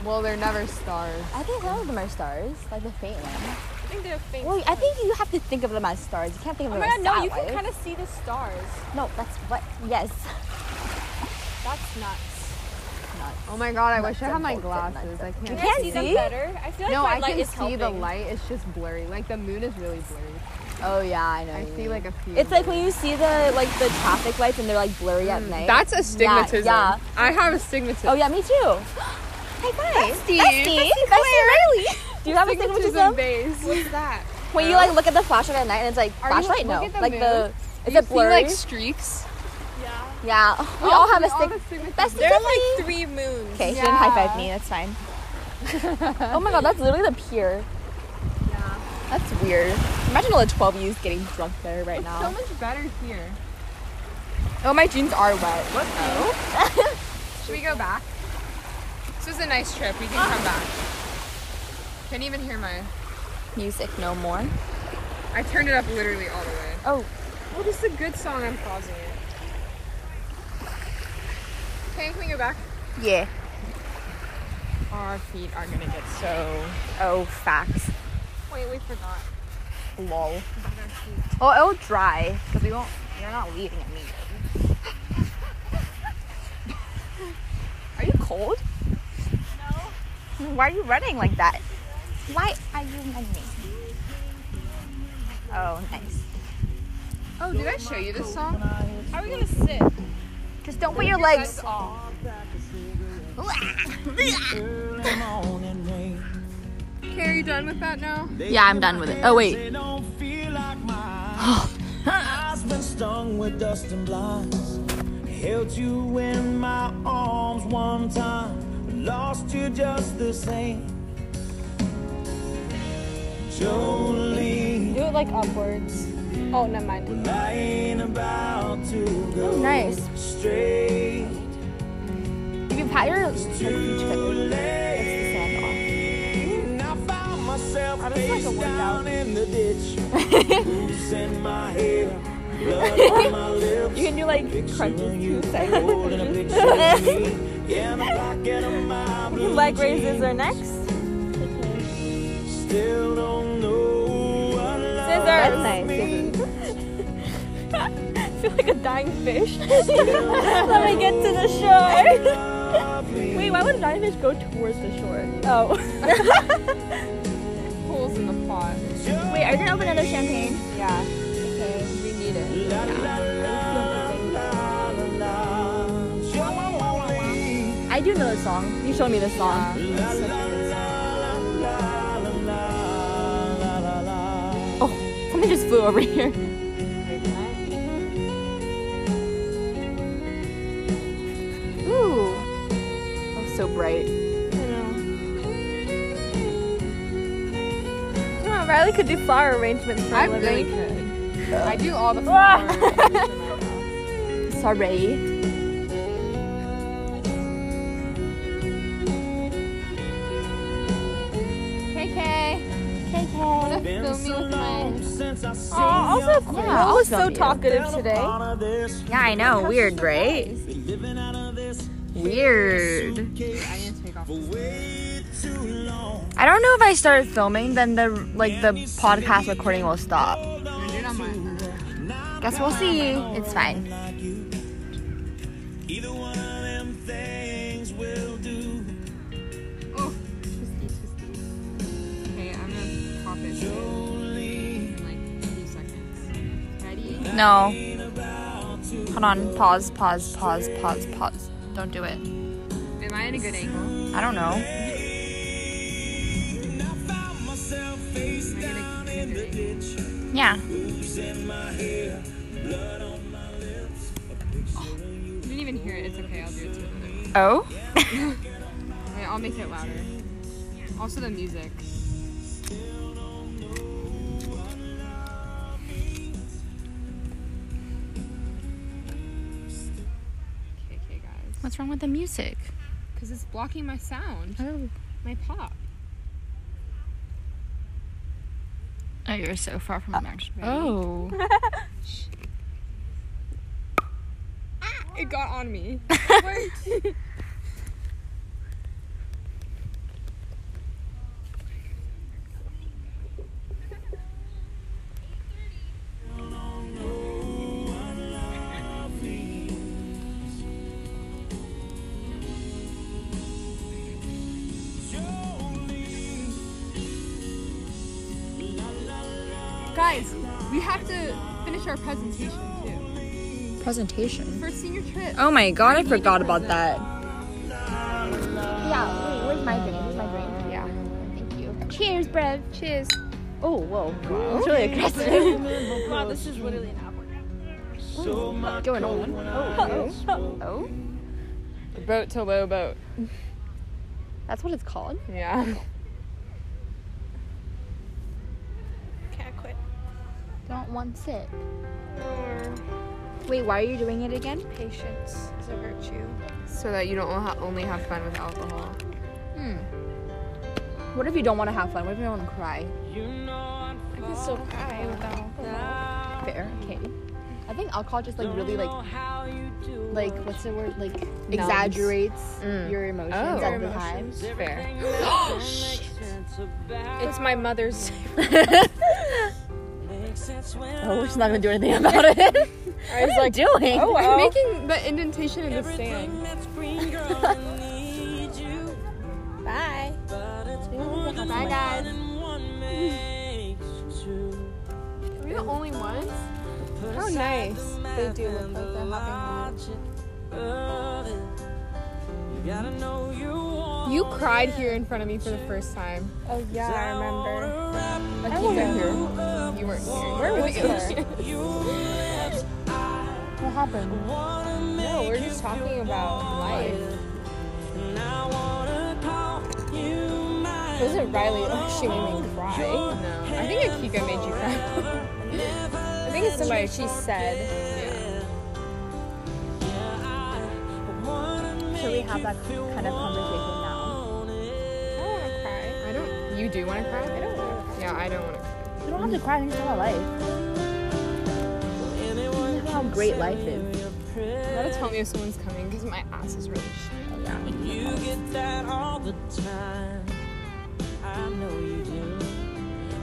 Well, they're never stars. I think all of them are stars, like the faint one. I think they're faint. Well, I think you have to think of them as stars. You can't think of Oh them my god, as no, you can satellites. kind of see the stars. No, that's what. Yes. That's nuts. Oh my god, I wish I them, had my hold them, not glasses. I them. can't. You I can't see, them see? better. I feel like No, my I light can see is helping. the light. It's just blurry. Like the moon is really blurry. Oh yeah, I know. I what you see mean. like a few. It's like when you see the like the traffic lights and they're like blurry at night. that's Yeah, astigmatism. yeah. I have astigmatism. Oh yeah, me too. Hi, bye. Bestie. Bestie. Bestie Riley. Do you have astigmatism? base. What's that? When you like look at the flashlight at night and it's like Are you- look flashlight, no, at the like the it's You a blurry. like streaks. Yeah. yeah, we all have a stick. Bestie, There are Tiffany. like three moons. Okay, she didn't high five Yeah. me. That's fine. oh my god, that's literally the pier. Yeah. That's weird. Imagine all the 12 U's getting drunk there right So now. much better here. Oh, my jeans are wet. What? Should we go back? This was a nice trip. We can come back. Can't even hear my. Music no more. I turned it up literally all the way. Oh. Well, this is a good song. I'm pausing it. Okay, can we go back? Yeah. Our feet are gonna get so. Oh, facts. Wait, we forgot. Lol. Oh, it'll dry because we won't. You're not leaving at me. are you cold? No. Why are you running like that? Why are you running? Oh, nice. Oh, did I show you this song? How are we gonna sit? Just don't put your legs. That's all. Okay, are you done with that now? Yeah, I'm done with it. Oh wait. They don't feel like mine. I've been stung with dust and blinds. Held you in my arms one time, lost you just the same. Jolene, Do it like upwards. Oh, never mind. well, I ain't about to go nice. straight. If you pat your It's too late. I found myself face down in the ditch. Loose in my hair, blood on my lips. you can do like crunches Picturing too. you Sorry. holding a picture of me. In a pocket of my blue Leg raises are jeans. next. Still don't know what love That's nice. means. I feel like a dying fish. Let me get to the shore. Love means. Wait, why would a dying fish go towards the shore? Oh. Holes in the pot. Wait, are you gonna open another champagne? Yeah. Okay. We need it. La, la, la, la, la, la. Jolene. I do know this song. You showed me this song. La la la la la la la la la. Oh, something just flew over here. Ooh. That was so bright. I know. Riley could do flower arrangements for I a really living. could. I do all the Ah. flowers. Sorry. KK. KK. KK. Been so long since I seen also, your yeah, I was so talkative little today. part of this. Yeah, I know. Weird, right? Been living out of this Weird. for way too long. I don't know if I start filming, then the like the podcast recording will stop. Guess we'll see. It's fine. like you. Either one of them things will do. Okay, I'm gonna pop it Jolene, in like two seconds. Ready? No. Hold on. Pause. Pause. Pause. Pause. Pause. Don't do it. Am I in a good angle? I don't know. I found myself face down in the ditch. Yeah. Oops, in my hair, blood on my lips. You didn't even hear it. It's okay. I'll do it. To another one. Oh. Wait, I'll make it louder. Also the music. Okay, okay, guys. What's wrong with the music? Because it's blocking my sound. Oh. My pop. Oh, you're so far from the match. Uh, Oh. Ah, it got on me. Guys, we have to finish our presentation too. Presentation. For senior trip. Oh my god, I forgot about that. Yeah, wait, where's my drink? Where's my drink? Yeah. Thank you. Cheers, Brev. Cheers. Oh, whoa. It's really aggressive. Wow, this is literally an hour. So my Going on. oh, Oh. Boat to low boat. That's what it's called. Yeah. Okay, I quit. Don't want sip. Wait, why are you doing it again? Patience is a virtue. So that you don't ha- only have fun with alcohol. What if you don't want to have fun? What if you don't want to cry? I can still cry without alcohol. Fair. Okay. I think alcohol just like really like like what's the word like exaggerates your emotions Oh. at Your the time. Fair. It's my mother's. Oh, she's not gonna do anything about it. I was like doing. Oh, I'm making the indentation in the sand. Bye. Bye, guys. Are we the only ones? How nice. They do look like they're having You cried here in front of me for the first time. Oh yeah, I remember. Like, I wasn't here. You weren't here. Where was you? What happened? No, we're just talking about life. Wasn't Riley like she made me cry? No. I think Akiko made you cry. I think it's somebody she said. Should we have that kind of conversation now? I don't wanna cry. I don't. You do want to cry? I don't want to cry. Yeah, I don't want to cry. You don't have to cry. Think about life. Look How great life is. You gotta tell me if someone's coming because my ass is really shit. You get that all the time. I know you do.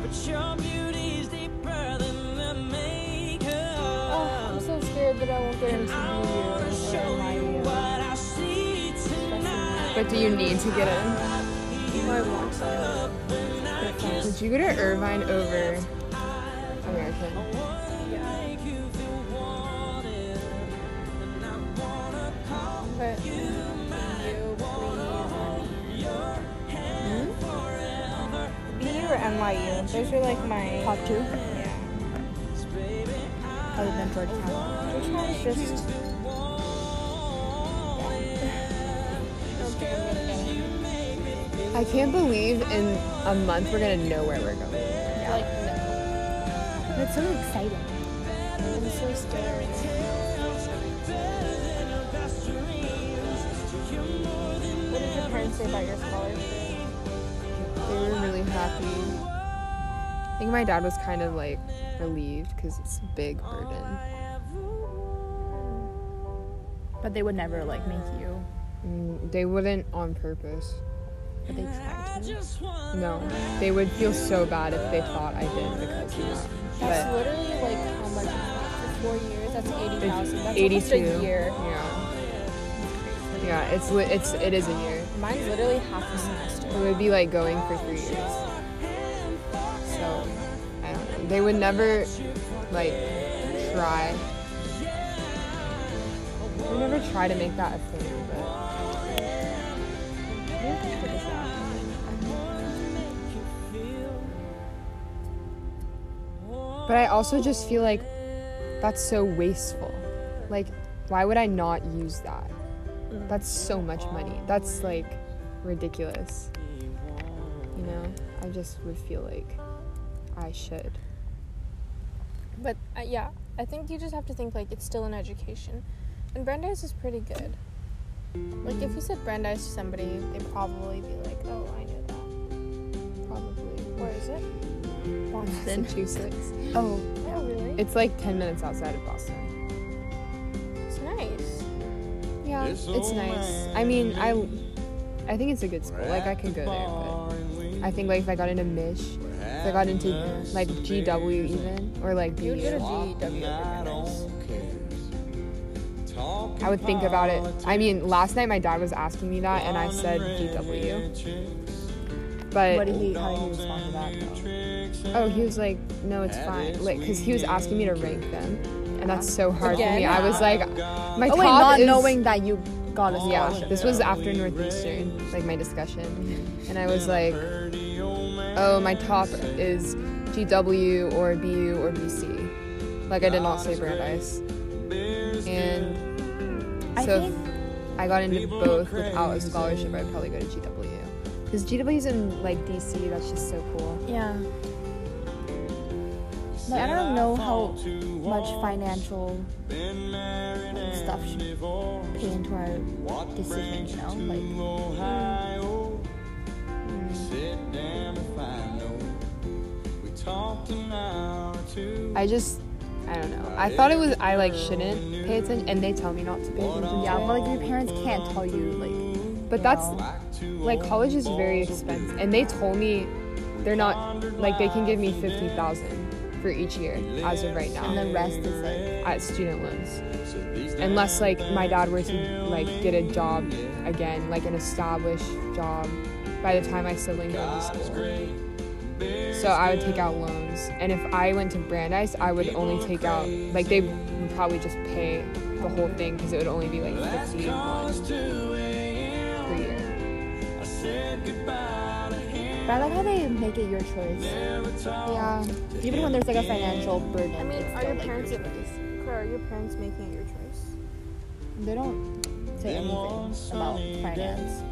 But your beauty's deeper than the I'm makeup. so scared that I won't get into What the I see tonight. But do you need to get in? I want some. Did you go to Irvine over American? Make you feel wanted. And I wanna call But you BU or NYU? Those were like my top two. Yeah. Other than Georgetown. Which one is just I can't believe in a month we're gonna know where we're going. like no. That's so exciting. I'm so scared. What did your parents say about your scholarship? They were really happy. think my dad was kind of like relieved because it's a big burden. But they would never like make you. Mm, They wouldn't on purpose. But they try to. No, they would feel so bad if they thought I did because of That's that. literally like how much? for Four years. That's eighty thousand. But That's it's almost 82. a year. Yeah. Yeah, it's li- it's it is a year. Mine's literally half a semester. It would be like going for three years. So I don't know. They would never like try. They would never try to make that a thing, but. But I also just feel like that's so wasteful. Like, why would I not use that? That's so much money. That's like ridiculous. You know, I just would feel like I should. But uh, yeah, I think you just have to think like it's still an education, and Brandeis is pretty good. Like if you said Brandeis to somebody, they'd probably be like, "Oh, I know that." Probably. Where is it? Boston. Massachusetts. Oh. Oh, really? It's like 10 minutes outside of Boston. It's nice. Yeah, it's nice. I mean, I I think it's a good school. Like I could go there, but I think like if I got into Mish, if I got into like GW even or like You would go to BU, GW over Brandeis. I would think about it. I mean, last night my dad was asking me that and I said GW. But What did he? How did he respond to that? Though? Oh, he was like, no, it's fine. Like, because he was asking me to rank them. And that's so hard for Again? me. I was like, my Oh top wait, not is... knowing that you got a Yeah, scholarship. this was after Northeastern, like my discussion. And I was like, oh, my top is GW or BU or BC. Like, I did not say Brandeis. And I so think- if I got into both without a scholarship, I'd probably go to GW. Because GW's in, like, DC. That's just so cool. Yeah. Like, I don't know how much financial like, stuff should pay into our decision, you know? Like, I just, I don't know. I thought it was I like shouldn't pay attention, and they tell me not to pay attention. Yeah, but like your parents can't tell you like But that's like college is very expensive, and they told me they're not like they can give me fifty thousand for each year as of right now and the rest is like at student loans, unless like my dad were to like get a job again, like an established job, by the time my siblings go to school. So I would take out loans, and if I went to Brandeis, I would only take out like they would probably just pay the whole thing because it would only be like fifty one per year. but I like how they make it your choice. Yeah, Even when there's like a financial burden. I mean, it's are still, your like, parents, choice. Claire, are your parents making it your choice? they don't say anything about finance.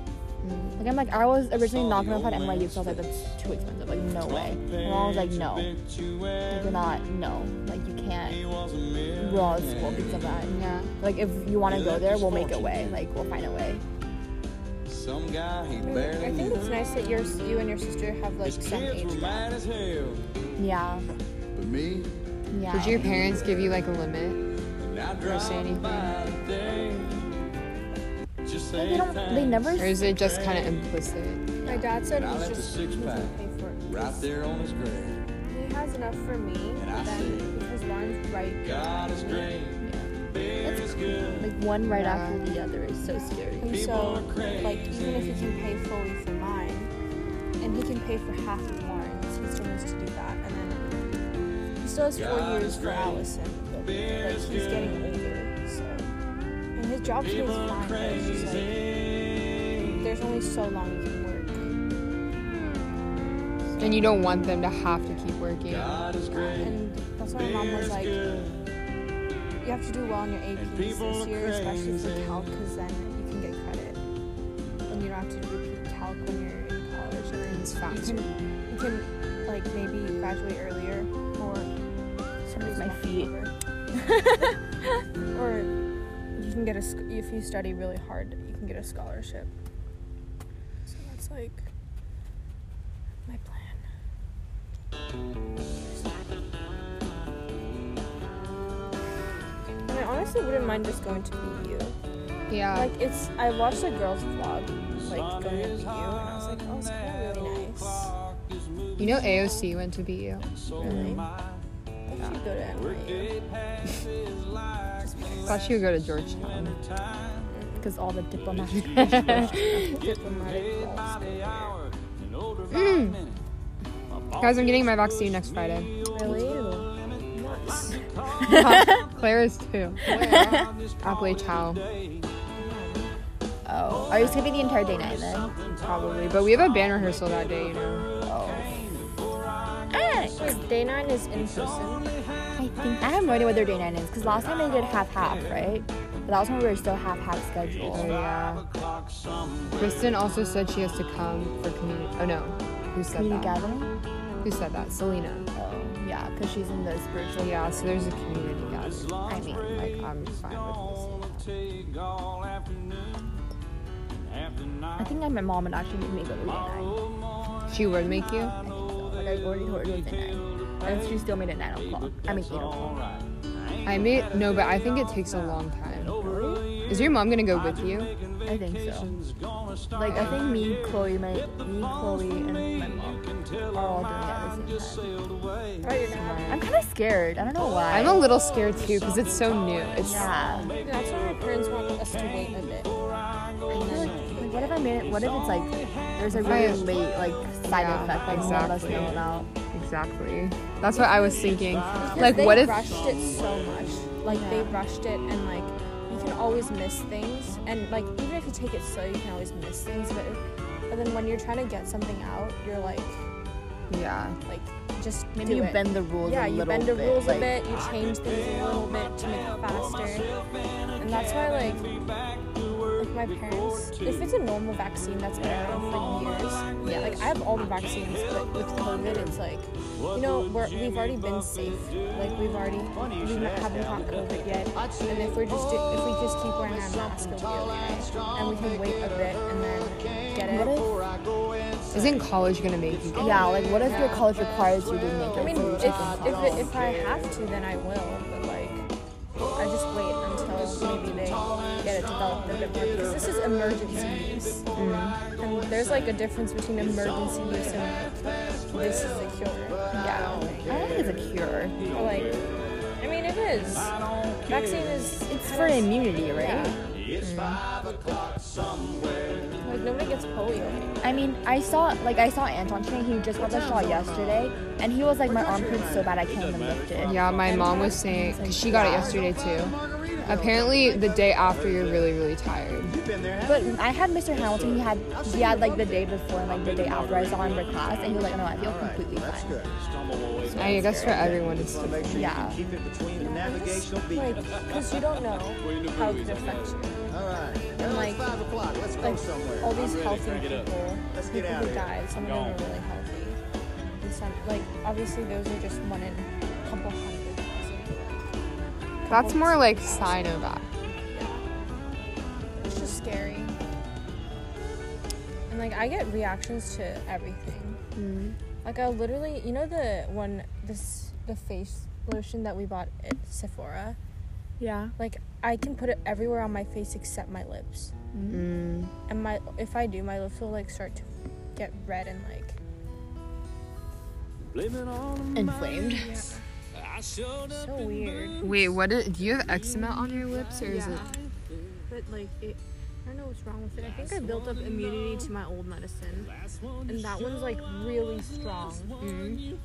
Mm. Like I'm like I was originally not gonna apply to NYU because I was like that's too expensive. Like no way. My mom was like no, like, you're not. No, like you can't go to school because of that. yeah. Like if you want to go there, we'll make a way. Like we'll find a way. Some guy he I barely think knew. it's nice that your, you and your sister have like some Kids were age. mad as hell, Yeah, but me, yeah. Did your parents give you like a limit I or drive say anything, by today. Just They say don't. They thanks. never. or is it just kind of implicit? My dad said I he's left a just six he pack doesn't pay for it. right there on his grave. He has enough for me, I but then because mine's right. God is great. It's like one right after the other is so scary. And so, like, even if he can pay fully for mine, and he can pay for half of Lauren's, he's going to do that. And then he still has four years for Allison. But, like, he's getting older, so. And his job here is fine, but it's just like, there's only so long you can work. And you don't want them to have to keep working. And that's why my mom was like, you have to do well in your APs this year, especially for calc, because then you can get credit. And you don't have to repeat calc when you're in college. And then It's You faster. can, you can like maybe graduate earlier or somebody's My knocking feet. over. or you can get a sc- if you study really hard, you can get a scholarship. So that's like my plan. I honestly wouldn't mind just going to BU. Yeah. Like it's, I watched a girl's vlog, like going to BU, and I was like, oh, it's kind of really nice. You know AOC went to BU. Really? I should go to NYU. Thought she would go to Georgetown. because all the diplomatic. Diplomatic law school. Mm. Guys, I'm getting my vaccine next Friday. Really? Claire is too. Appalachia. oh, are you just gonna be the entire day night then? Probably, but we have a band rehearsal that day, you know. Eh, Wait, day nine is in person. I think I have no idea what their day nine is because last time they did half half, right? But that was when we were still half half So, scheduled. Oh, yeah. Kristen also said she has to come for community. Oh no, who said Community that? gathering? Who said that? Selena. Oh, yeah, because she's in the spiritual. So yeah, so there's a community gathering. I mean, Like I'm fine with I think that my mom would actually make me go to day nine. this. She would make you. I think so. Like I already told her it was day nine, and she still made it nine o'clock. I mean eight o'clock. I may no, but I think it takes a long time. Is your mom gonna go with you? I think so. Like I think me, Chloe, my me, Chloe, and my mom are all doing it at the same time. I'm kind of scared. I don't know why. I'm a little scared too because it's so new. It's yeah. Yeah, That's why my parents want us to wait a bit. Like, what if I made it? What if it's like there's a really Right. late like side Yeah, effect like none of us exactly. know about? exactly. That's what I was thinking. Like, they what if? rushed it so much? Like they rushed it, and like you can always miss things, and like even if you take it slow, you can always miss things. But but then when you're trying to get something out, you're like Yeah. like just Maybe do you it. bend the rules yeah, a you little bend the bit. rules like, a bit, you change things a little bit to make it faster, and that's why like. Like my parents, if it's a normal vaccine that's been around for years, yeah. Like I have all the vaccines, but with COVID, it's like, you know, we're, we've already been safe. Like we've already, we not, haven't caught COVID yet. And if we're just, do- if we just keep wearing our mask, it'll be okay. And we can wait a bit and then get it. Isn't college gonna make you? Yeah, like what if your college requires you to make it? I mean, so you if, just- if, it, if I have to, then I will. But like, I just wait until maybe they get it developed a bit more because this is emergency use, Mm-hmm. and there's like a difference between emergency use and like, this is a cure. Yeah, I don't think it's a cure. or like, I mean, it is. Vaccine is It's for immunity, right? Mm. like nobody gets polio. anymore. I mean, I saw like I saw Anton today. He just got the shot yesterday, and he was like, "My arm hurts so bad I can't even lift it." Yeah, my mom was saying because she got it yesterday too. Apparently, the day after you're really, really tired. But I had Mr. Hamilton. He had he had like the day before and like the day after. I saw him for class, and he was like, "No, I feel completely fine." I guess for everyone, it's different. Yeah. Like, because you don't know how it could affect you. And like, like all these healthy people, people who died, some of them are really healthy. And some, like, obviously those are just one in a couple hundred thousand. That's more like Sinovac. It's just scary. And like, I get reactions to everything. Like, I literally, you know, the one, this, the face lotion that we bought at Sephora. Yeah. Like I can put it everywhere on my face except my lips. And my if I do, my lips will like start to get red and like Inflamed. so weird. Wait, what? Do, do you have eczema on your lips, or is it? But like it, I don't know what's wrong with it. I think I built up immunity to my old medicine, and that one's like really strong. Mm-hmm.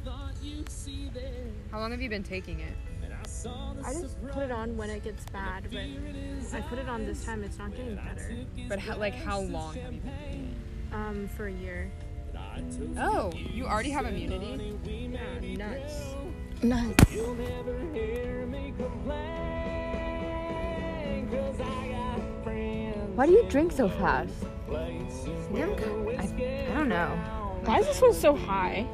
How long have you been taking it? I just put it on when it gets bad, but I put it on this time. It's not getting better. But how, like, how long have you been? Um, for a year. Oh, you already have immunity. Yeah, nuts. Why do you drink so fast? I, I don't know. Why is this one so high?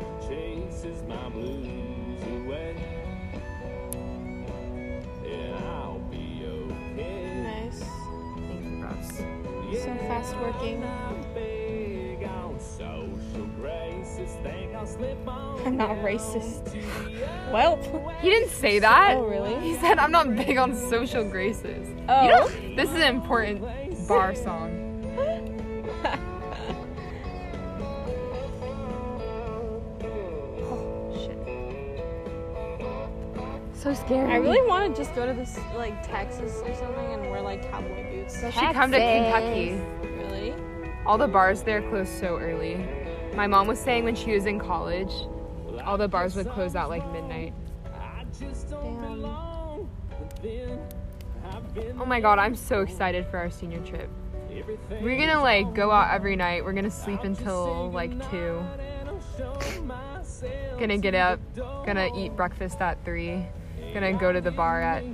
Nice. Thank you, Russ. So fast working. social grace I'm not racist. Well, He didn't say that. Oh, really? He said, I'm not big on social graces. Oh. You know, this is an important bar song. So scary. I really want to just go to this like Texas or something and wear like cowboy boots. You should come to Kentucky. Really? All the bars there close so early. My mom was saying when she was in college, all the bars would close at like midnight. Oh my god, I'm so excited for our senior trip. We're gonna like go out every night. We're gonna sleep until like 2. Gonna get up, gonna eat breakfast at 3. Gonna go to the bar at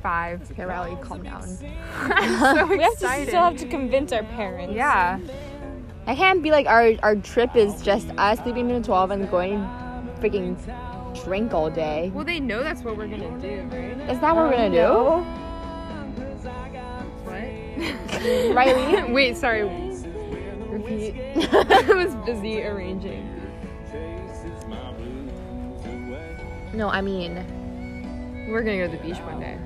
5. Okay, Riley, calm down. I'm so We have to excited. still have to convince our parents. yeah. I can't be like our our trip is just us sleeping till twelve and going freaking drink all day. Well, they know that's what we're gonna do, right? Is that what we're gonna do? Riley? Wait, sorry. Repeat. I was busy arranging. No, I mean We're gonna go to the beach one day.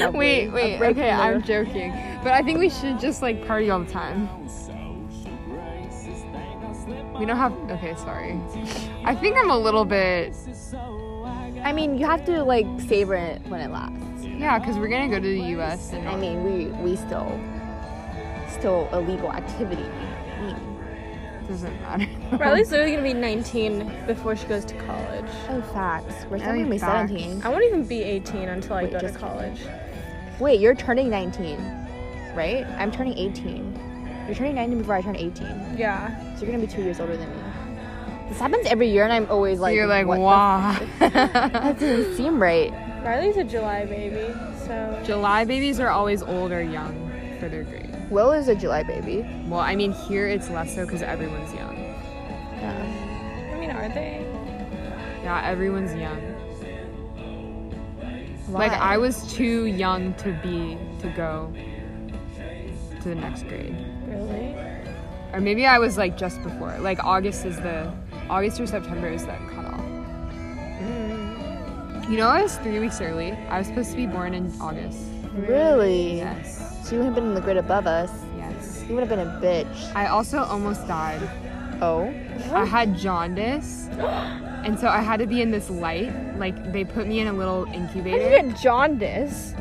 lovely. Wait, wait. A break Okay, from the- I'm joking. But I think we should just like party all the time. We don't have. Okay, sorry. I think I'm a little bit. I mean you have to like savor it when it lasts. Yeah, because we're gonna go to the U.S. and I mean we we still still illegal activity. I mean, it doesn't matter. Riley's literally gonna be 19 before she goes to college. oh facts. We're still Oh, gonna be facts. seventeen. I won't even be 18 until I Wait, go to just- college. Wait, you're turning nineteen, right? I'm turning eighteen. You're turning nineteen before I turn eighteen. Yeah. So you're gonna be two years older than me. This happens every year, and I'm always like, You're like, what the wah. That doesn't seem right. Riley's a July baby, so July babies are always old or young for their grade. Will is a July baby. Well, I mean, here it's less so because everyone's young. I mean, are they? Yeah, everyone's young. Why? Like I was too young to be to go to the next grade. Really? Or maybe I was like just before. Like August is the August or September is the cutoff. Mm. You know I was three weeks early. I was supposed to be born in August. really. Yes. So you would have been in the grade above us. Yes. You would have been a bitch. I also almost died. Oh. I had jaundice. And so I had to be in this light. Like they put me in a little incubator. jaundice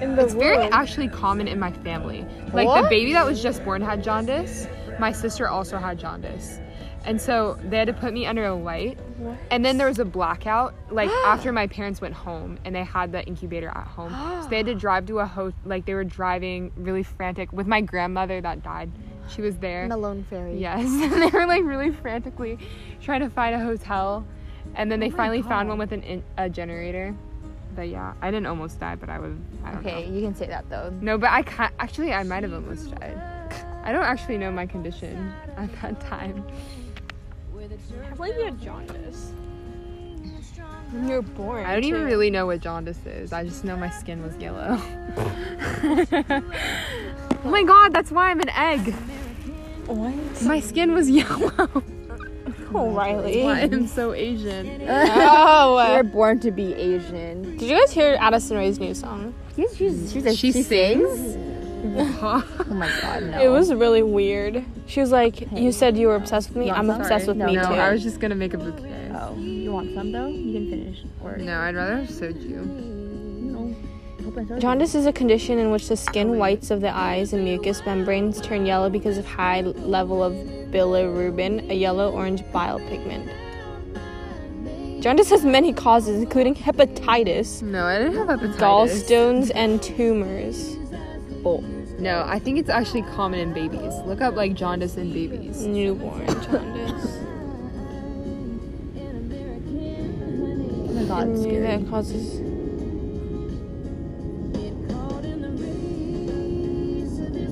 in the It's very actually common in my family. Like the What? baby that was just born had jaundice. My sister also had jaundice. And so they had to put me under a light. And then there was a blackout like after my parents went home and they had the incubator at home. so they had to drive to a ho like they were driving really frantic with my grandmother that died. She was there. Malone Fairy. Yes, and they were like really frantically trying to find a hotel, and then they finally found one with an in- a generator. But yeah, I didn't almost die, but I was. I don't Okay, know. you can say that though. No, but I can't. Actually, I might have almost died. I don't actually know my condition at that time. I believe you had jaundice. You're born. I don't even really know what jaundice is. I just know my skin was yellow. oh my god, that's why I'm an egg. What? My skin was yellow. Oh, Riley. I am so Asian. You're Oh. born to be Asian. Did you guys hear Addison Rae's new song? She's, she's, she's a, She sings? Oh my god, no. It was really weird. She was like, "You said you were obsessed with me. No, I'm, I'm obsessed sorry. with No, me No, too." I was just gonna make a bouquet. Oh, you want some though? You can finish. Or No, I'd rather have soju. open soda. Jaundice is a condition in which the skin whites of the eyes and mucous membranes turn yellow because of high level of bilirubin, a yellow-orange bile pigment. Jaundice has many causes, including hepatitis, No, I didn't have hepatitis. gallstones, and tumors. Oh, No, I think it's actually common in babies. Look up like jaundice in babies. Newborn jaundice. Oh my god, it's Yeah, scary. that causes.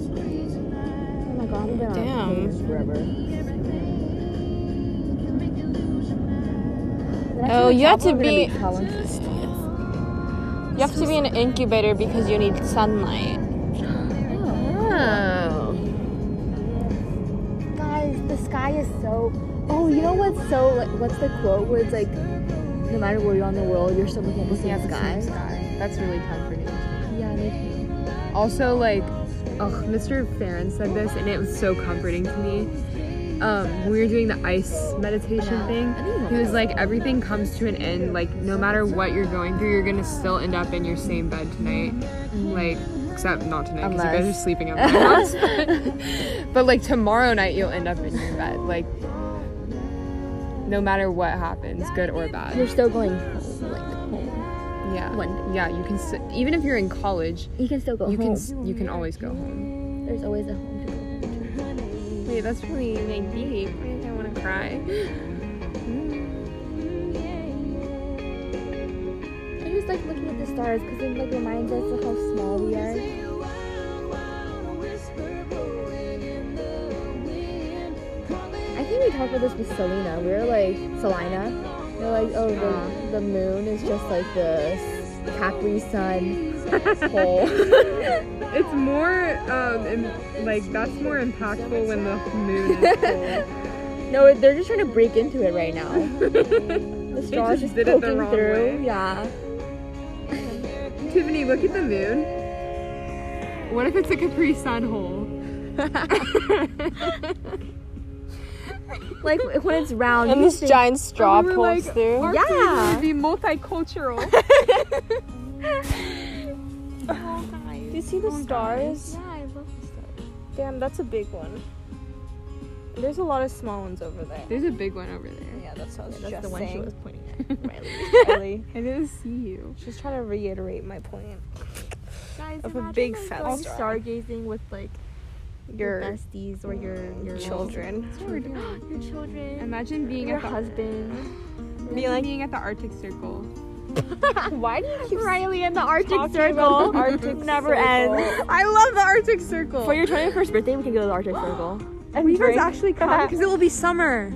Oh my god, I've been on Damn. painkillers forever. Oh, you have to We're gonna be. colonized. You have to be in an incubator because you need sunlight. Oh. Guys, the sky is so. Oh, you know what's so? Like, what's the quote where it's like, no matter where you are in the world, you're still looking at the same sky. sky. That's really comforting. Yeah, me too. also like ugh, mr farron said this and it was so comforting to me um, we were doing the ice meditation thing he was like everything comes to an end like no matter what you're going through you're gonna still end up in your same bed tonight Mm-hmm. like except not tonight because you guys are Unless. sleeping at my house but like tomorrow night you'll end up in your bed like no matter what happens good or bad You're still going home, like home. yeah one day. yeah you can s- even if you're in college You can still go you home. can s- you can always go home There's always a home to go. Wait, that's really like deep. I think I want to cry. I just like looking at the stars because it like reminds us of how small we are. I think we talked about this with Selena. We were like Selena. We are like, oh, the, the moon is just like the s- Capri sun hole. It's more um, im- like that's more impactful when the moon is full. no, they're just trying to break into it right now. The stars just just, did it the poking wrong through. way. Yeah. Tiffany, look at the moon. What if it's a Capri Sun hole? Like when it's round. And you this think- giant straw We Oh, were pulls like, through. Our Yeah. food would be multicultural. Do you see the stars? Yeah, I love the stars. Damn, that's a big one. There's a lot of small ones over there. There's a big one over there. Yeah, that's what I was That's just the one she saying. was pointing at. Ellie. I didn't see you. She's trying to reiterate my point Guys, of a big fat going star. stargazing with like your Your besties or your your children. your children, Imagine being your at the husband. imagine being at the Arctic Circle. Why do you keep Riley in the Arctic Circle. Arctic never ends. I love the Arctic Circle. For your 21st birthday, we can go to the Arctic Circle. and we guys actually come because it will be summer.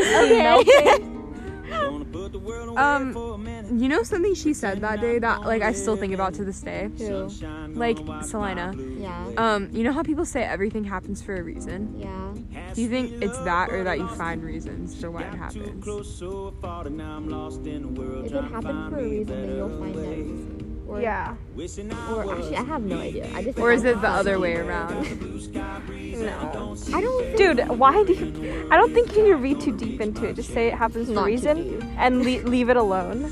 see melting. Gonna put the world away Um, for a minute. You know something she said that day that like I still think about to this day. Sunshine Like gonna wipe my Selena. blue. Yeah, Um, you know how people say everything happens for a reason? yeah. Has Do you to think be it's love, that or but that you lost find reasons for why it Got too happens? close, so far, and now I'm lost in the world. If it trying to happened find for a me reason, then better you'll find that way. reason. Or, Yeah. Wishing I Or was actually, I have no idea. I just. Or is it the other way around? blue sky breeze. I don't. Think, Dude, why do you? I don't think you need to read too deep into it. Just say it happens for Not a too reason deep. and le- leave it alone.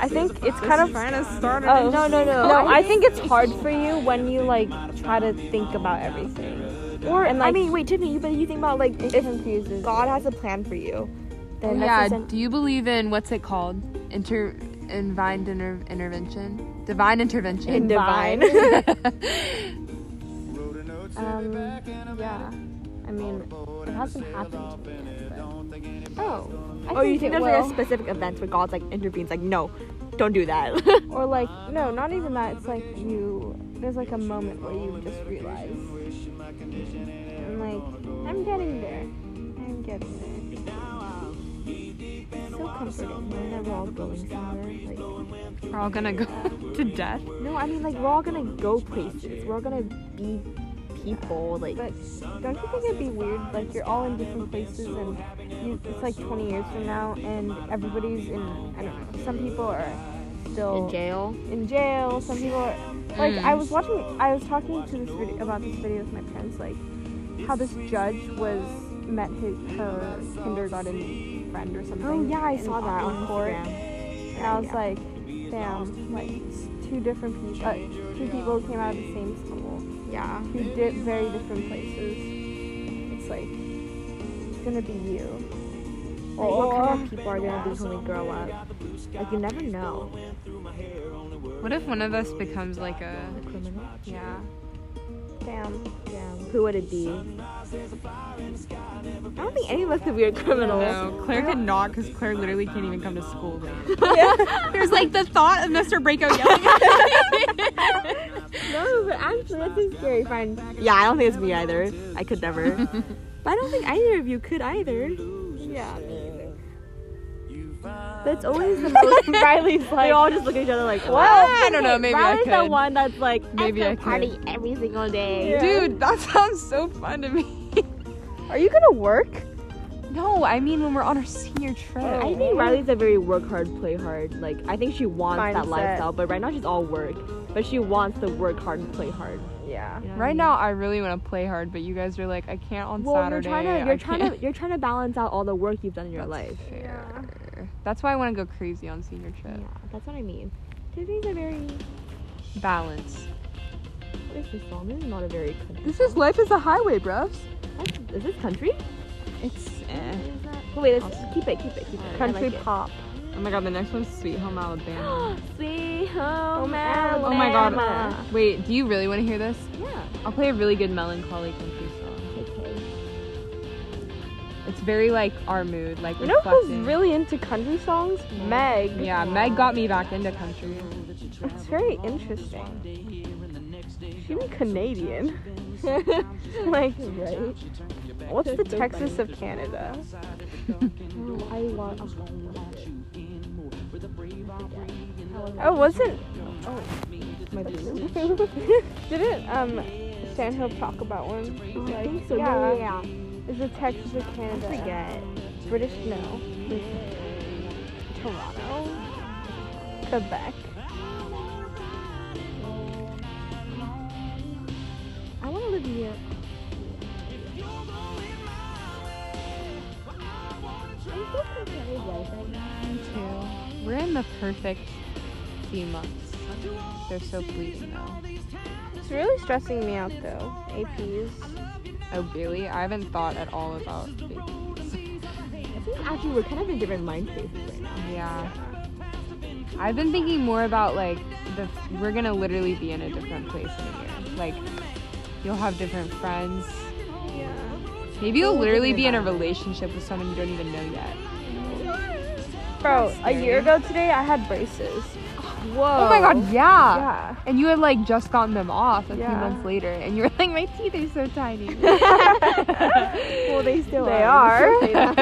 I think it's kind of Trying to start Oh. no, no, no. No, I think it's hard for you when you like try to think about everything. Or and like I mean, wait, Tiffany, you, but you think about like it confuses. God has a plan for you. Then yeah. that's just Do you believe in what's it called? Inter divine inter- intervention? Divine intervention. Divine. um, yeah. I mean, It hasn't happened to me yet. oh. But I Oh, you think it there's, like, a will. specific event where God's like intervenes, like no, don't do that. or like no, not even that. It's like you. There's like a moment where you just realize. And like I'm getting there. I'm getting there. It's so comforting. knowing that We're all going somewhere. Like, We're all gonna go to death. No, I mean like we're all gonna go places. We're all gonna be people. Like, but don't you think it'd be weird? Like you're all in different places, and you, it's like 20 years from now, and everybody's in. I don't know. Some people are still in jail. In jail. Some people are. Like I was watching. I was talking to this video about this video with my parents. Like how this judge was met his her kindergarten friend or something. Oh, yeah, I in- saw that on Oh, court. Instagram. And I was like, damn, like two different people, uh, two people came out of the same school, Yeah. two di- very different places. It's like it's gonna be you. Like, what kind of people are gonna be when we grow up? Like, you never know. What if one of us becomes like a Yeah. Damn. Yeah. Who would it be? I don't think any of us could be a criminal. No, Claire could not because Claire literally can't even come to school. Late. There's like the thought of Mr. Breakout yelling. No, but actually, that's a scary. Fine. Yeah, I don't think it's me either. I could never. But I don't think either of you could either. Yeah. That's always the most. Riley's like. They all just look at each other like, what? I don't know. Maybe I Riley's the could. one that's like. Maybe I could. party every single day. Dude, that sounds so fun to me. Are you gonna work? No, I mean when we're on our senior trip. I think Riley's a very work hard, play hard. Like I think she wants that Mindset. lifestyle, but right now she's all work. But she wants to work hard and play hard. Yeah. You know what I Right mean? now, I really want to play hard, but you guys are like, I can't on well, Saturday. you're trying to I you're trying can't." to you're trying to balance out all the work you've done in your life. Fair. That's why I want to go crazy on senior trip. Yeah, that's what I mean. Tiffany's a very Balance. what is this song? This is not a very country. This is life is a highway, bruvs. That's- Is this country? It's eh. Oh, wait, let's keep it, keep it, keep it. I Country like pop. Oh my god, the next one's Sweet Home Alabama. It. Sweet home oh my god. Wait, do you really want to hear this? Yeah. I'll play a really good melancholy country song. It's very like our mood, like You know who's reflecting. really into country songs? Meg. Yeah, Meg got me back into country. It's very interesting. She's even Canadian. like, right? What's the Texas of Canada? I want. Oh, wasn't. Oh. Didn't um, Stanhope talk about one? Like, yeah. yeah. Is the Texas of Canada? British no. Toronto. Quebec. I want to live near. We're in the perfect few months. They're so fleeting though. It's really stressing me out though. APs. Oh really? I haven't thought at all about babies. Actually, we're kind of in different mind spaces right now. Yeah. I've been thinking more about like the we're gonna literally be in a different place in a year. Like you'll have different friends. Maybe you'll literally be in a relationship with someone you don't even know yet. Bro, a year ago today I had braces. Whoa. Oh my god, yeah. Yeah. And you had like just gotten them off a few Yeah. months later, and you were like, my teeth are so tiny. Well, they still they are.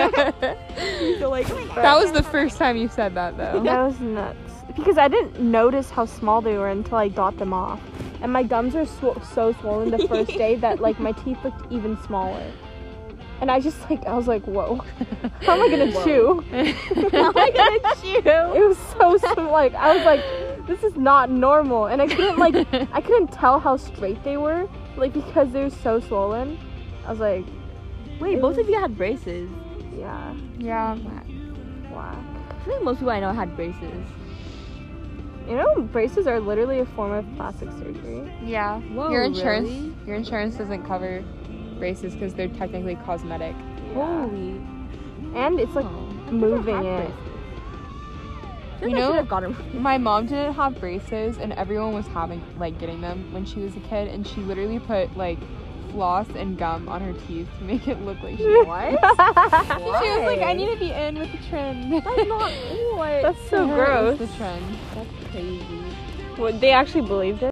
that was the first time you said that though. That was nuts. Because I didn't notice how small they were until I got them off. And my gums are sw- so swollen the first day that like my teeth looked even smaller. And I just like I was like, whoa, how am I gonna chew? how am I gonna chew? It was so sm- like I was like, this is not normal. And I couldn't like I couldn't tell how straight they were like because they were so swollen. I was like, Wait, both of you had braces. yeah, yeah. wow. I feel like most people I know had braces. You know, braces are literally a form of plastic surgery. Yeah. Whoa, your insurance Oh, really? your insurance doesn't cover braces because they're technically cosmetic. Holy. And it's like moving it. You I should know, have got 'em. my mom didn't have braces and everyone was having like getting them when she was a kid and she literally put like floss and gum on her teeth to make it look like she what? she was like, I need to be in with the trend. That's not That's so gross. the trend. Well, they actually believed it.